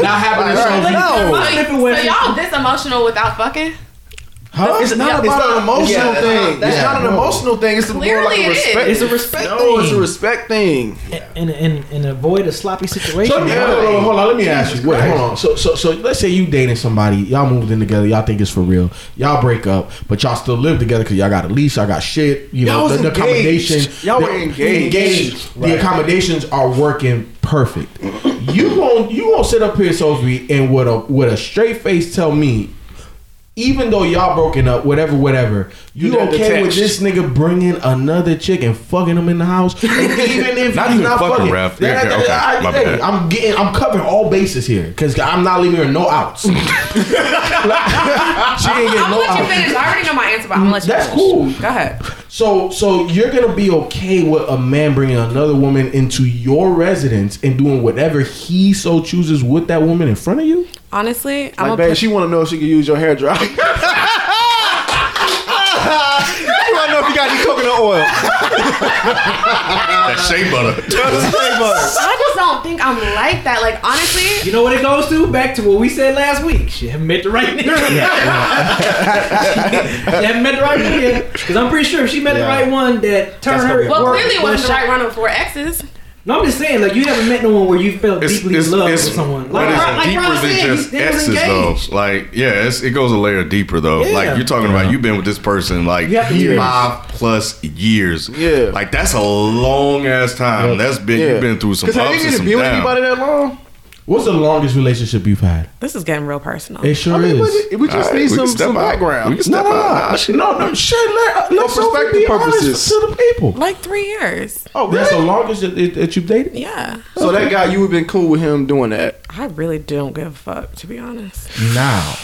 [SPEAKER 7] Not having
[SPEAKER 3] Right.
[SPEAKER 7] this
[SPEAKER 6] Like,
[SPEAKER 1] No.
[SPEAKER 6] so y'all this emotional without fucking?
[SPEAKER 3] Huh? It's not
[SPEAKER 1] It's
[SPEAKER 3] about
[SPEAKER 1] not-
[SPEAKER 3] an emotional
[SPEAKER 1] yeah, it's not
[SPEAKER 3] thing. it's
[SPEAKER 1] that.
[SPEAKER 3] not an emotional thing. It's more like
[SPEAKER 6] Clearly
[SPEAKER 3] a
[SPEAKER 6] it
[SPEAKER 3] respect.
[SPEAKER 6] is.
[SPEAKER 8] It's a respect
[SPEAKER 3] No, it's a
[SPEAKER 8] thing.
[SPEAKER 3] respect thing.
[SPEAKER 8] and, and and avoid a sloppy situation.
[SPEAKER 7] So let me,
[SPEAKER 3] Yeah.
[SPEAKER 7] hold, on, hold on, let me ask you. Wait,
[SPEAKER 3] Christ.
[SPEAKER 7] hold on. So, so, so let's say you dating somebody, y'all moved in together, y'all think it's for real, y'all break up, but y'all still live together because y'all got a lease, y'all got shit. You
[SPEAKER 3] Y'all
[SPEAKER 7] know,
[SPEAKER 3] was
[SPEAKER 7] the, the
[SPEAKER 3] engaged.
[SPEAKER 7] accommodations,
[SPEAKER 3] Y'all
[SPEAKER 7] the-
[SPEAKER 3] were engaged.
[SPEAKER 7] The accommodations are working perfect. You won't, you won't sit up here, Sophie, and with a with a straight face tell me. Even though y'all broken up, whatever, whatever, you
[SPEAKER 3] You're
[SPEAKER 7] okay with this
[SPEAKER 3] detached.
[SPEAKER 7] nigga bringing another chick and fucking him in the house? And even if
[SPEAKER 2] Not
[SPEAKER 7] he's
[SPEAKER 2] even fucking, Ralph.
[SPEAKER 7] Yeah,
[SPEAKER 2] Okay,
[SPEAKER 7] yeah,
[SPEAKER 2] okay.
[SPEAKER 7] I-
[SPEAKER 2] My
[SPEAKER 7] hey,
[SPEAKER 2] bad.
[SPEAKER 7] I'm getting, I'm covering all bases here because I'm not leaving her no outs. Like, she ain't getting
[SPEAKER 6] I'm
[SPEAKER 7] no
[SPEAKER 6] gonna let you
[SPEAKER 7] outs.
[SPEAKER 6] finish. I already know my answer, but I'm gonna let you.
[SPEAKER 7] That's
[SPEAKER 6] finish.
[SPEAKER 7] cool.
[SPEAKER 6] Go ahead.
[SPEAKER 7] So, so you're gonna be okay with a man bringing another woman into your residence and doing whatever he so chooses with that woman in front of you?
[SPEAKER 6] Honestly, I'm
[SPEAKER 3] Like,
[SPEAKER 6] gonna.
[SPEAKER 3] babe,
[SPEAKER 6] put-
[SPEAKER 3] she want to know if she can use your hair dryer.
[SPEAKER 1] I want to know if you got any coconut oil.
[SPEAKER 2] That shea butter.
[SPEAKER 6] I just don't think I'm like that. Like honestly,
[SPEAKER 8] You know what it goes to? Back to what we said last week. She haven't met the right nigga. she haven't met the right nigga. Because I'm pretty sure if she met the right one that turned her.
[SPEAKER 6] well,
[SPEAKER 8] work-
[SPEAKER 6] clearly it wasn't the
[SPEAKER 8] shot-
[SPEAKER 6] right run of four X's.
[SPEAKER 8] No, I'm just saying, like, you haven't met no one where you felt
[SPEAKER 2] It's,
[SPEAKER 8] deeply
[SPEAKER 2] it's,
[SPEAKER 8] in love
[SPEAKER 2] it's,
[SPEAKER 8] with someone.
[SPEAKER 2] but
[SPEAKER 8] Like,
[SPEAKER 2] it's
[SPEAKER 8] like
[SPEAKER 2] deeper
[SPEAKER 8] Ron
[SPEAKER 2] than
[SPEAKER 8] said,
[SPEAKER 2] just
[SPEAKER 8] they was
[SPEAKER 2] X's though.
[SPEAKER 8] engaged.
[SPEAKER 2] Like, yeah, it's, it goes a layer deeper though.
[SPEAKER 8] Yeah.
[SPEAKER 2] Like you're talking about, you've been with this person like
[SPEAKER 8] You have to experience.
[SPEAKER 2] five plus years.
[SPEAKER 3] Yeah.
[SPEAKER 2] like that's a long ass time. That's been you've been through some ups
[SPEAKER 3] have you
[SPEAKER 2] and some
[SPEAKER 3] been with
[SPEAKER 2] downs.
[SPEAKER 3] anybody that long?
[SPEAKER 7] What's the longest relationship you've had?
[SPEAKER 6] This is getting real personal.
[SPEAKER 7] It sure
[SPEAKER 3] I mean,
[SPEAKER 7] is.
[SPEAKER 3] we we just
[SPEAKER 2] All right,
[SPEAKER 3] need
[SPEAKER 2] we can
[SPEAKER 3] some,
[SPEAKER 2] step
[SPEAKER 3] some
[SPEAKER 2] out. We
[SPEAKER 7] Oh,
[SPEAKER 3] background.
[SPEAKER 2] can step
[SPEAKER 7] No,
[SPEAKER 2] out.
[SPEAKER 7] no, no, shit. Let, let
[SPEAKER 3] For
[SPEAKER 7] Sophie be
[SPEAKER 3] perspective
[SPEAKER 7] honest
[SPEAKER 3] purposes.
[SPEAKER 7] to the people.
[SPEAKER 6] like three years.
[SPEAKER 3] Oh,
[SPEAKER 7] That's the
[SPEAKER 3] really?
[SPEAKER 7] longest that, that you've dated.
[SPEAKER 6] Yeah,
[SPEAKER 3] So that guy, you would been cool with him doing that?
[SPEAKER 6] I really don't give a fuck to be honest.
[SPEAKER 7] Now,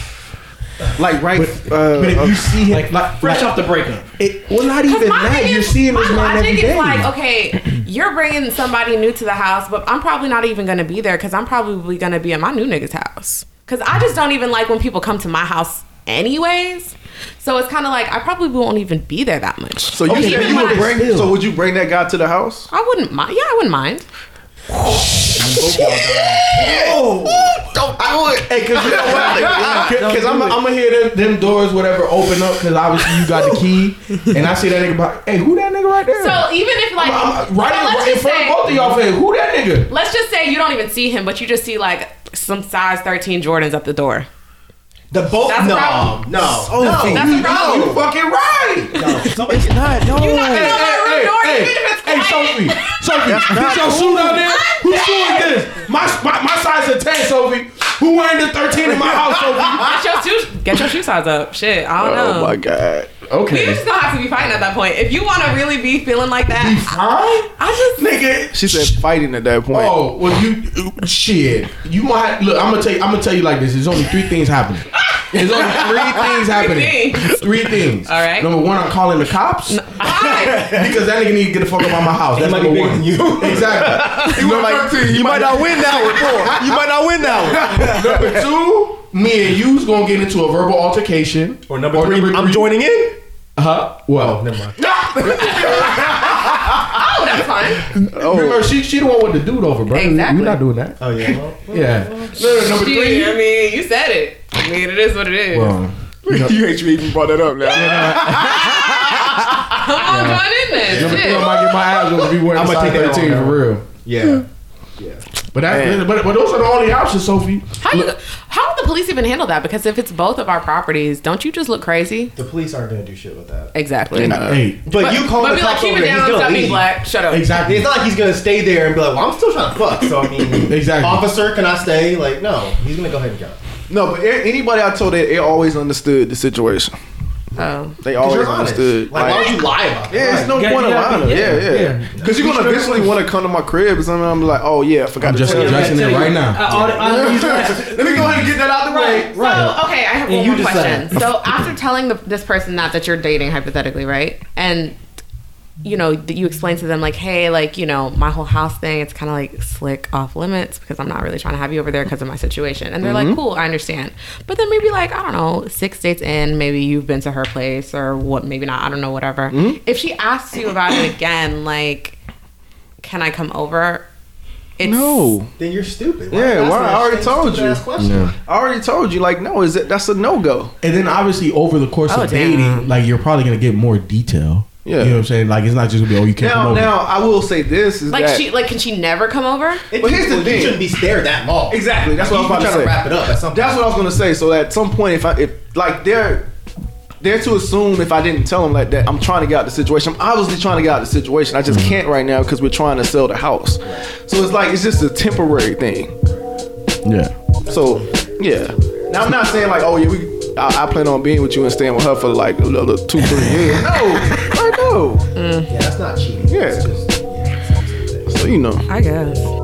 [SPEAKER 3] Like right?
[SPEAKER 7] But-
[SPEAKER 3] uh,
[SPEAKER 7] but if you see him,
[SPEAKER 8] Like, fresh off the breakup.
[SPEAKER 7] It, well, not even
[SPEAKER 6] Because my
[SPEAKER 7] that.
[SPEAKER 6] thing
[SPEAKER 7] You're
[SPEAKER 6] is-
[SPEAKER 7] seeing this
[SPEAKER 6] my
[SPEAKER 7] man every
[SPEAKER 6] logic
[SPEAKER 7] day.
[SPEAKER 6] is like, okay, you're bringing somebody new to the house, but I'm probably not even going to be there because I'm probably going to be in my new nigga's house. Because I just don't even like when people come to my house, anyways. So it's kind of like I probably won't even be there that much.
[SPEAKER 3] so you, said
[SPEAKER 6] Even
[SPEAKER 3] you
[SPEAKER 6] when
[SPEAKER 3] would
[SPEAKER 6] I-
[SPEAKER 3] bring?
[SPEAKER 7] Still.
[SPEAKER 3] So would you bring that guy to the house?
[SPEAKER 6] I wouldn't mind. Yeah, I wouldn't mind.
[SPEAKER 7] Hey, cause you know what? Because I'm, I'm gonna hear them, them doors, whatever, open up. Cause obviously you got the key, and I see that nigga. behind- Hey, who that nigga right there?
[SPEAKER 6] So even if like,
[SPEAKER 7] I'm- I'm
[SPEAKER 6] so
[SPEAKER 7] Uh, right
[SPEAKER 6] let's
[SPEAKER 7] in, right in
[SPEAKER 6] just
[SPEAKER 7] front of
[SPEAKER 6] say-
[SPEAKER 7] both of y'all face. Who that nigga?
[SPEAKER 6] Let's just say you don't even see him, but you just see like some size 13 Jordans at the door.
[SPEAKER 1] The both?
[SPEAKER 6] That's
[SPEAKER 1] no,
[SPEAKER 6] probably-
[SPEAKER 1] no,
[SPEAKER 3] Sophie.
[SPEAKER 1] no.
[SPEAKER 6] That's a problem.
[SPEAKER 7] You fucking right.
[SPEAKER 8] It's not. No.
[SPEAKER 6] You're not gonna
[SPEAKER 7] Hey,
[SPEAKER 6] let her
[SPEAKER 7] hey,
[SPEAKER 6] door
[SPEAKER 7] hey,
[SPEAKER 6] even if it's
[SPEAKER 7] hey,
[SPEAKER 6] quiet.
[SPEAKER 7] Sophie, Sophie, get your shoe down there. Whose shoe is this? My, my, my size is ten, Sophie. Who wearing the thirteen in my house, Sophie?
[SPEAKER 6] Get your shoe, get your shoe size up. Shit, I don't know.
[SPEAKER 3] Oh my god!
[SPEAKER 6] We
[SPEAKER 7] Okay.
[SPEAKER 6] just gonna have to be fighting at that point. If you want to really be feeling like that,
[SPEAKER 7] Huh?
[SPEAKER 6] I just
[SPEAKER 7] Nigga,
[SPEAKER 3] She said fighting at that point.
[SPEAKER 7] Oh well, you shit. You might look. I'm gonna tell you. I'm gonna tell you like this. There's only three things happening. There's only three things happening.
[SPEAKER 6] things.
[SPEAKER 7] Three things.
[SPEAKER 6] All right.
[SPEAKER 7] Number one, I'm calling the cops
[SPEAKER 6] I,
[SPEAKER 7] because that nigga need to get the fuck up out my house. That's
[SPEAKER 1] might be
[SPEAKER 7] number
[SPEAKER 1] bigger
[SPEAKER 7] one.
[SPEAKER 1] than you.
[SPEAKER 7] Exactly. number,
[SPEAKER 1] You might not win that one. Four. You might not win that one.
[SPEAKER 7] number two, me and you's gonna get into a verbal altercation.
[SPEAKER 1] Or number three, Oh, I'm joining in.
[SPEAKER 7] Huh? Uh-huh. Well,
[SPEAKER 1] Never mind.
[SPEAKER 6] oh, that's fine.
[SPEAKER 7] remember she she the one with the dude over, bro.
[SPEAKER 6] Exactly.
[SPEAKER 7] We're not doing that.
[SPEAKER 1] Oh yeah.
[SPEAKER 7] Yeah. No, no, number
[SPEAKER 6] She, I
[SPEAKER 7] three.
[SPEAKER 6] mean, you said it. I mean, it is what it is.
[SPEAKER 7] Well,
[SPEAKER 3] you hate you even brought that up now.
[SPEAKER 6] Come on, join in
[SPEAKER 7] number
[SPEAKER 6] this.
[SPEAKER 7] three, I
[SPEAKER 6] Shit.
[SPEAKER 7] might get my ass over if you wearing
[SPEAKER 1] I'ma
[SPEAKER 7] size
[SPEAKER 1] take that
[SPEAKER 7] 13
[SPEAKER 1] on,
[SPEAKER 7] for
[SPEAKER 1] bro.
[SPEAKER 7] real.
[SPEAKER 6] Hmm.
[SPEAKER 1] Yeah.
[SPEAKER 7] But that's,
[SPEAKER 3] Man.
[SPEAKER 7] but but those are the only options, Sophie.
[SPEAKER 6] How, you, how would the police even handle that? Because if it's both of our properties, don't you just look crazy?
[SPEAKER 1] The police aren't gonna do shit with that.
[SPEAKER 6] Exactly.
[SPEAKER 7] Hey,
[SPEAKER 1] But, you call
[SPEAKER 6] but
[SPEAKER 1] the
[SPEAKER 6] be like,
[SPEAKER 1] cops
[SPEAKER 6] keep
[SPEAKER 1] over
[SPEAKER 6] it
[SPEAKER 1] there, he's
[SPEAKER 6] down,
[SPEAKER 1] gonna
[SPEAKER 6] stop being
[SPEAKER 1] leave.
[SPEAKER 6] black, shut up.
[SPEAKER 7] exactly.
[SPEAKER 1] It's not like he's gonna stay there and be like, "Well, I'm still trying to fuck." So I mean,
[SPEAKER 7] Exactly.
[SPEAKER 1] Officer, can I stay? Like, no. He's gonna go ahead and go.
[SPEAKER 3] No, but a- anybody I told that they always understood the situation.
[SPEAKER 6] Oh.
[SPEAKER 3] They
[SPEAKER 1] 'Cause
[SPEAKER 3] always
[SPEAKER 1] you're honest.
[SPEAKER 3] understood.
[SPEAKER 1] Like, why would you lie about
[SPEAKER 3] Yeah,
[SPEAKER 1] that?
[SPEAKER 3] it's no
[SPEAKER 8] Yeah,
[SPEAKER 3] point
[SPEAKER 8] you
[SPEAKER 3] of
[SPEAKER 8] gotta
[SPEAKER 3] lying.
[SPEAKER 8] be-
[SPEAKER 3] Yeah,
[SPEAKER 8] yeah,
[SPEAKER 3] yeah.
[SPEAKER 8] yeah.
[SPEAKER 3] Because you're gonna eventually want to come to my crib or something. I'm like, oh yeah, I forgot.
[SPEAKER 7] I'm
[SPEAKER 3] to
[SPEAKER 7] just
[SPEAKER 3] tell you.
[SPEAKER 7] addressing it right now.
[SPEAKER 8] Uh, all the- all these guys-
[SPEAKER 3] Let me go ahead and get that out the way.
[SPEAKER 8] Right.
[SPEAKER 6] So, okay, I have
[SPEAKER 8] And
[SPEAKER 6] one
[SPEAKER 8] you
[SPEAKER 6] more
[SPEAKER 8] decide.
[SPEAKER 6] question. So, after telling the, this person that that you're dating hypothetically, right? And you know, that you explain to them like, "Hey, like, you know, my whole house thing, it's kind of like slick off limits because I'm not really trying to have you over there because of my situation." And they're like, "Cool, I understand." But then maybe like, I don't know, 6 dates in, maybe you've been to her place or what, maybe not, I don't know, whatever. If she asks you about it again, like, "Can I come over?" It's,
[SPEAKER 3] No.
[SPEAKER 1] Then you're stupid.
[SPEAKER 3] Yeah,
[SPEAKER 1] ask
[SPEAKER 3] why?
[SPEAKER 1] me
[SPEAKER 3] I
[SPEAKER 1] that
[SPEAKER 3] already
[SPEAKER 1] same
[SPEAKER 3] told
[SPEAKER 1] stupid
[SPEAKER 3] you.
[SPEAKER 1] ass question?
[SPEAKER 3] I already told you, like, no, is it that's a no go.
[SPEAKER 7] And then obviously over the course
[SPEAKER 6] Oh,
[SPEAKER 7] of
[SPEAKER 6] damn.
[SPEAKER 7] dating, like you're probably gonna get more detail.
[SPEAKER 3] Yeah.
[SPEAKER 7] You know what I'm saying? Like it's not just gonna be oh you can't come
[SPEAKER 3] Now,
[SPEAKER 7] over.
[SPEAKER 3] now I will say this is
[SPEAKER 6] Like
[SPEAKER 3] that
[SPEAKER 6] she, like, can she never come over?
[SPEAKER 1] It-
[SPEAKER 3] But here's the
[SPEAKER 1] you
[SPEAKER 3] thing.
[SPEAKER 1] shouldn't be there that long.
[SPEAKER 3] Exactly, that's
[SPEAKER 1] You-
[SPEAKER 3] what I was
[SPEAKER 1] you
[SPEAKER 3] about to
[SPEAKER 1] tryna
[SPEAKER 3] say.
[SPEAKER 1] wrap it up at some
[SPEAKER 3] That's what I was gonna say. So at some point, if I if like they're they're to assume if I didn't tell them like that, I'm trying to get out the situation. I'm obviously trying to get out the situation. I just can't right now because we're trying to sell the house. So it's like it's just a temporary thing.
[SPEAKER 7] yeah.
[SPEAKER 3] So yeah. Now I'm not saying like oh yeah we. I, I plan on being with you and staying with her for like another two three years. No, I know.
[SPEAKER 1] Yeah, that's not cheating.
[SPEAKER 3] Yeah.
[SPEAKER 1] It's just, yeah.
[SPEAKER 3] So you know.
[SPEAKER 6] I guess.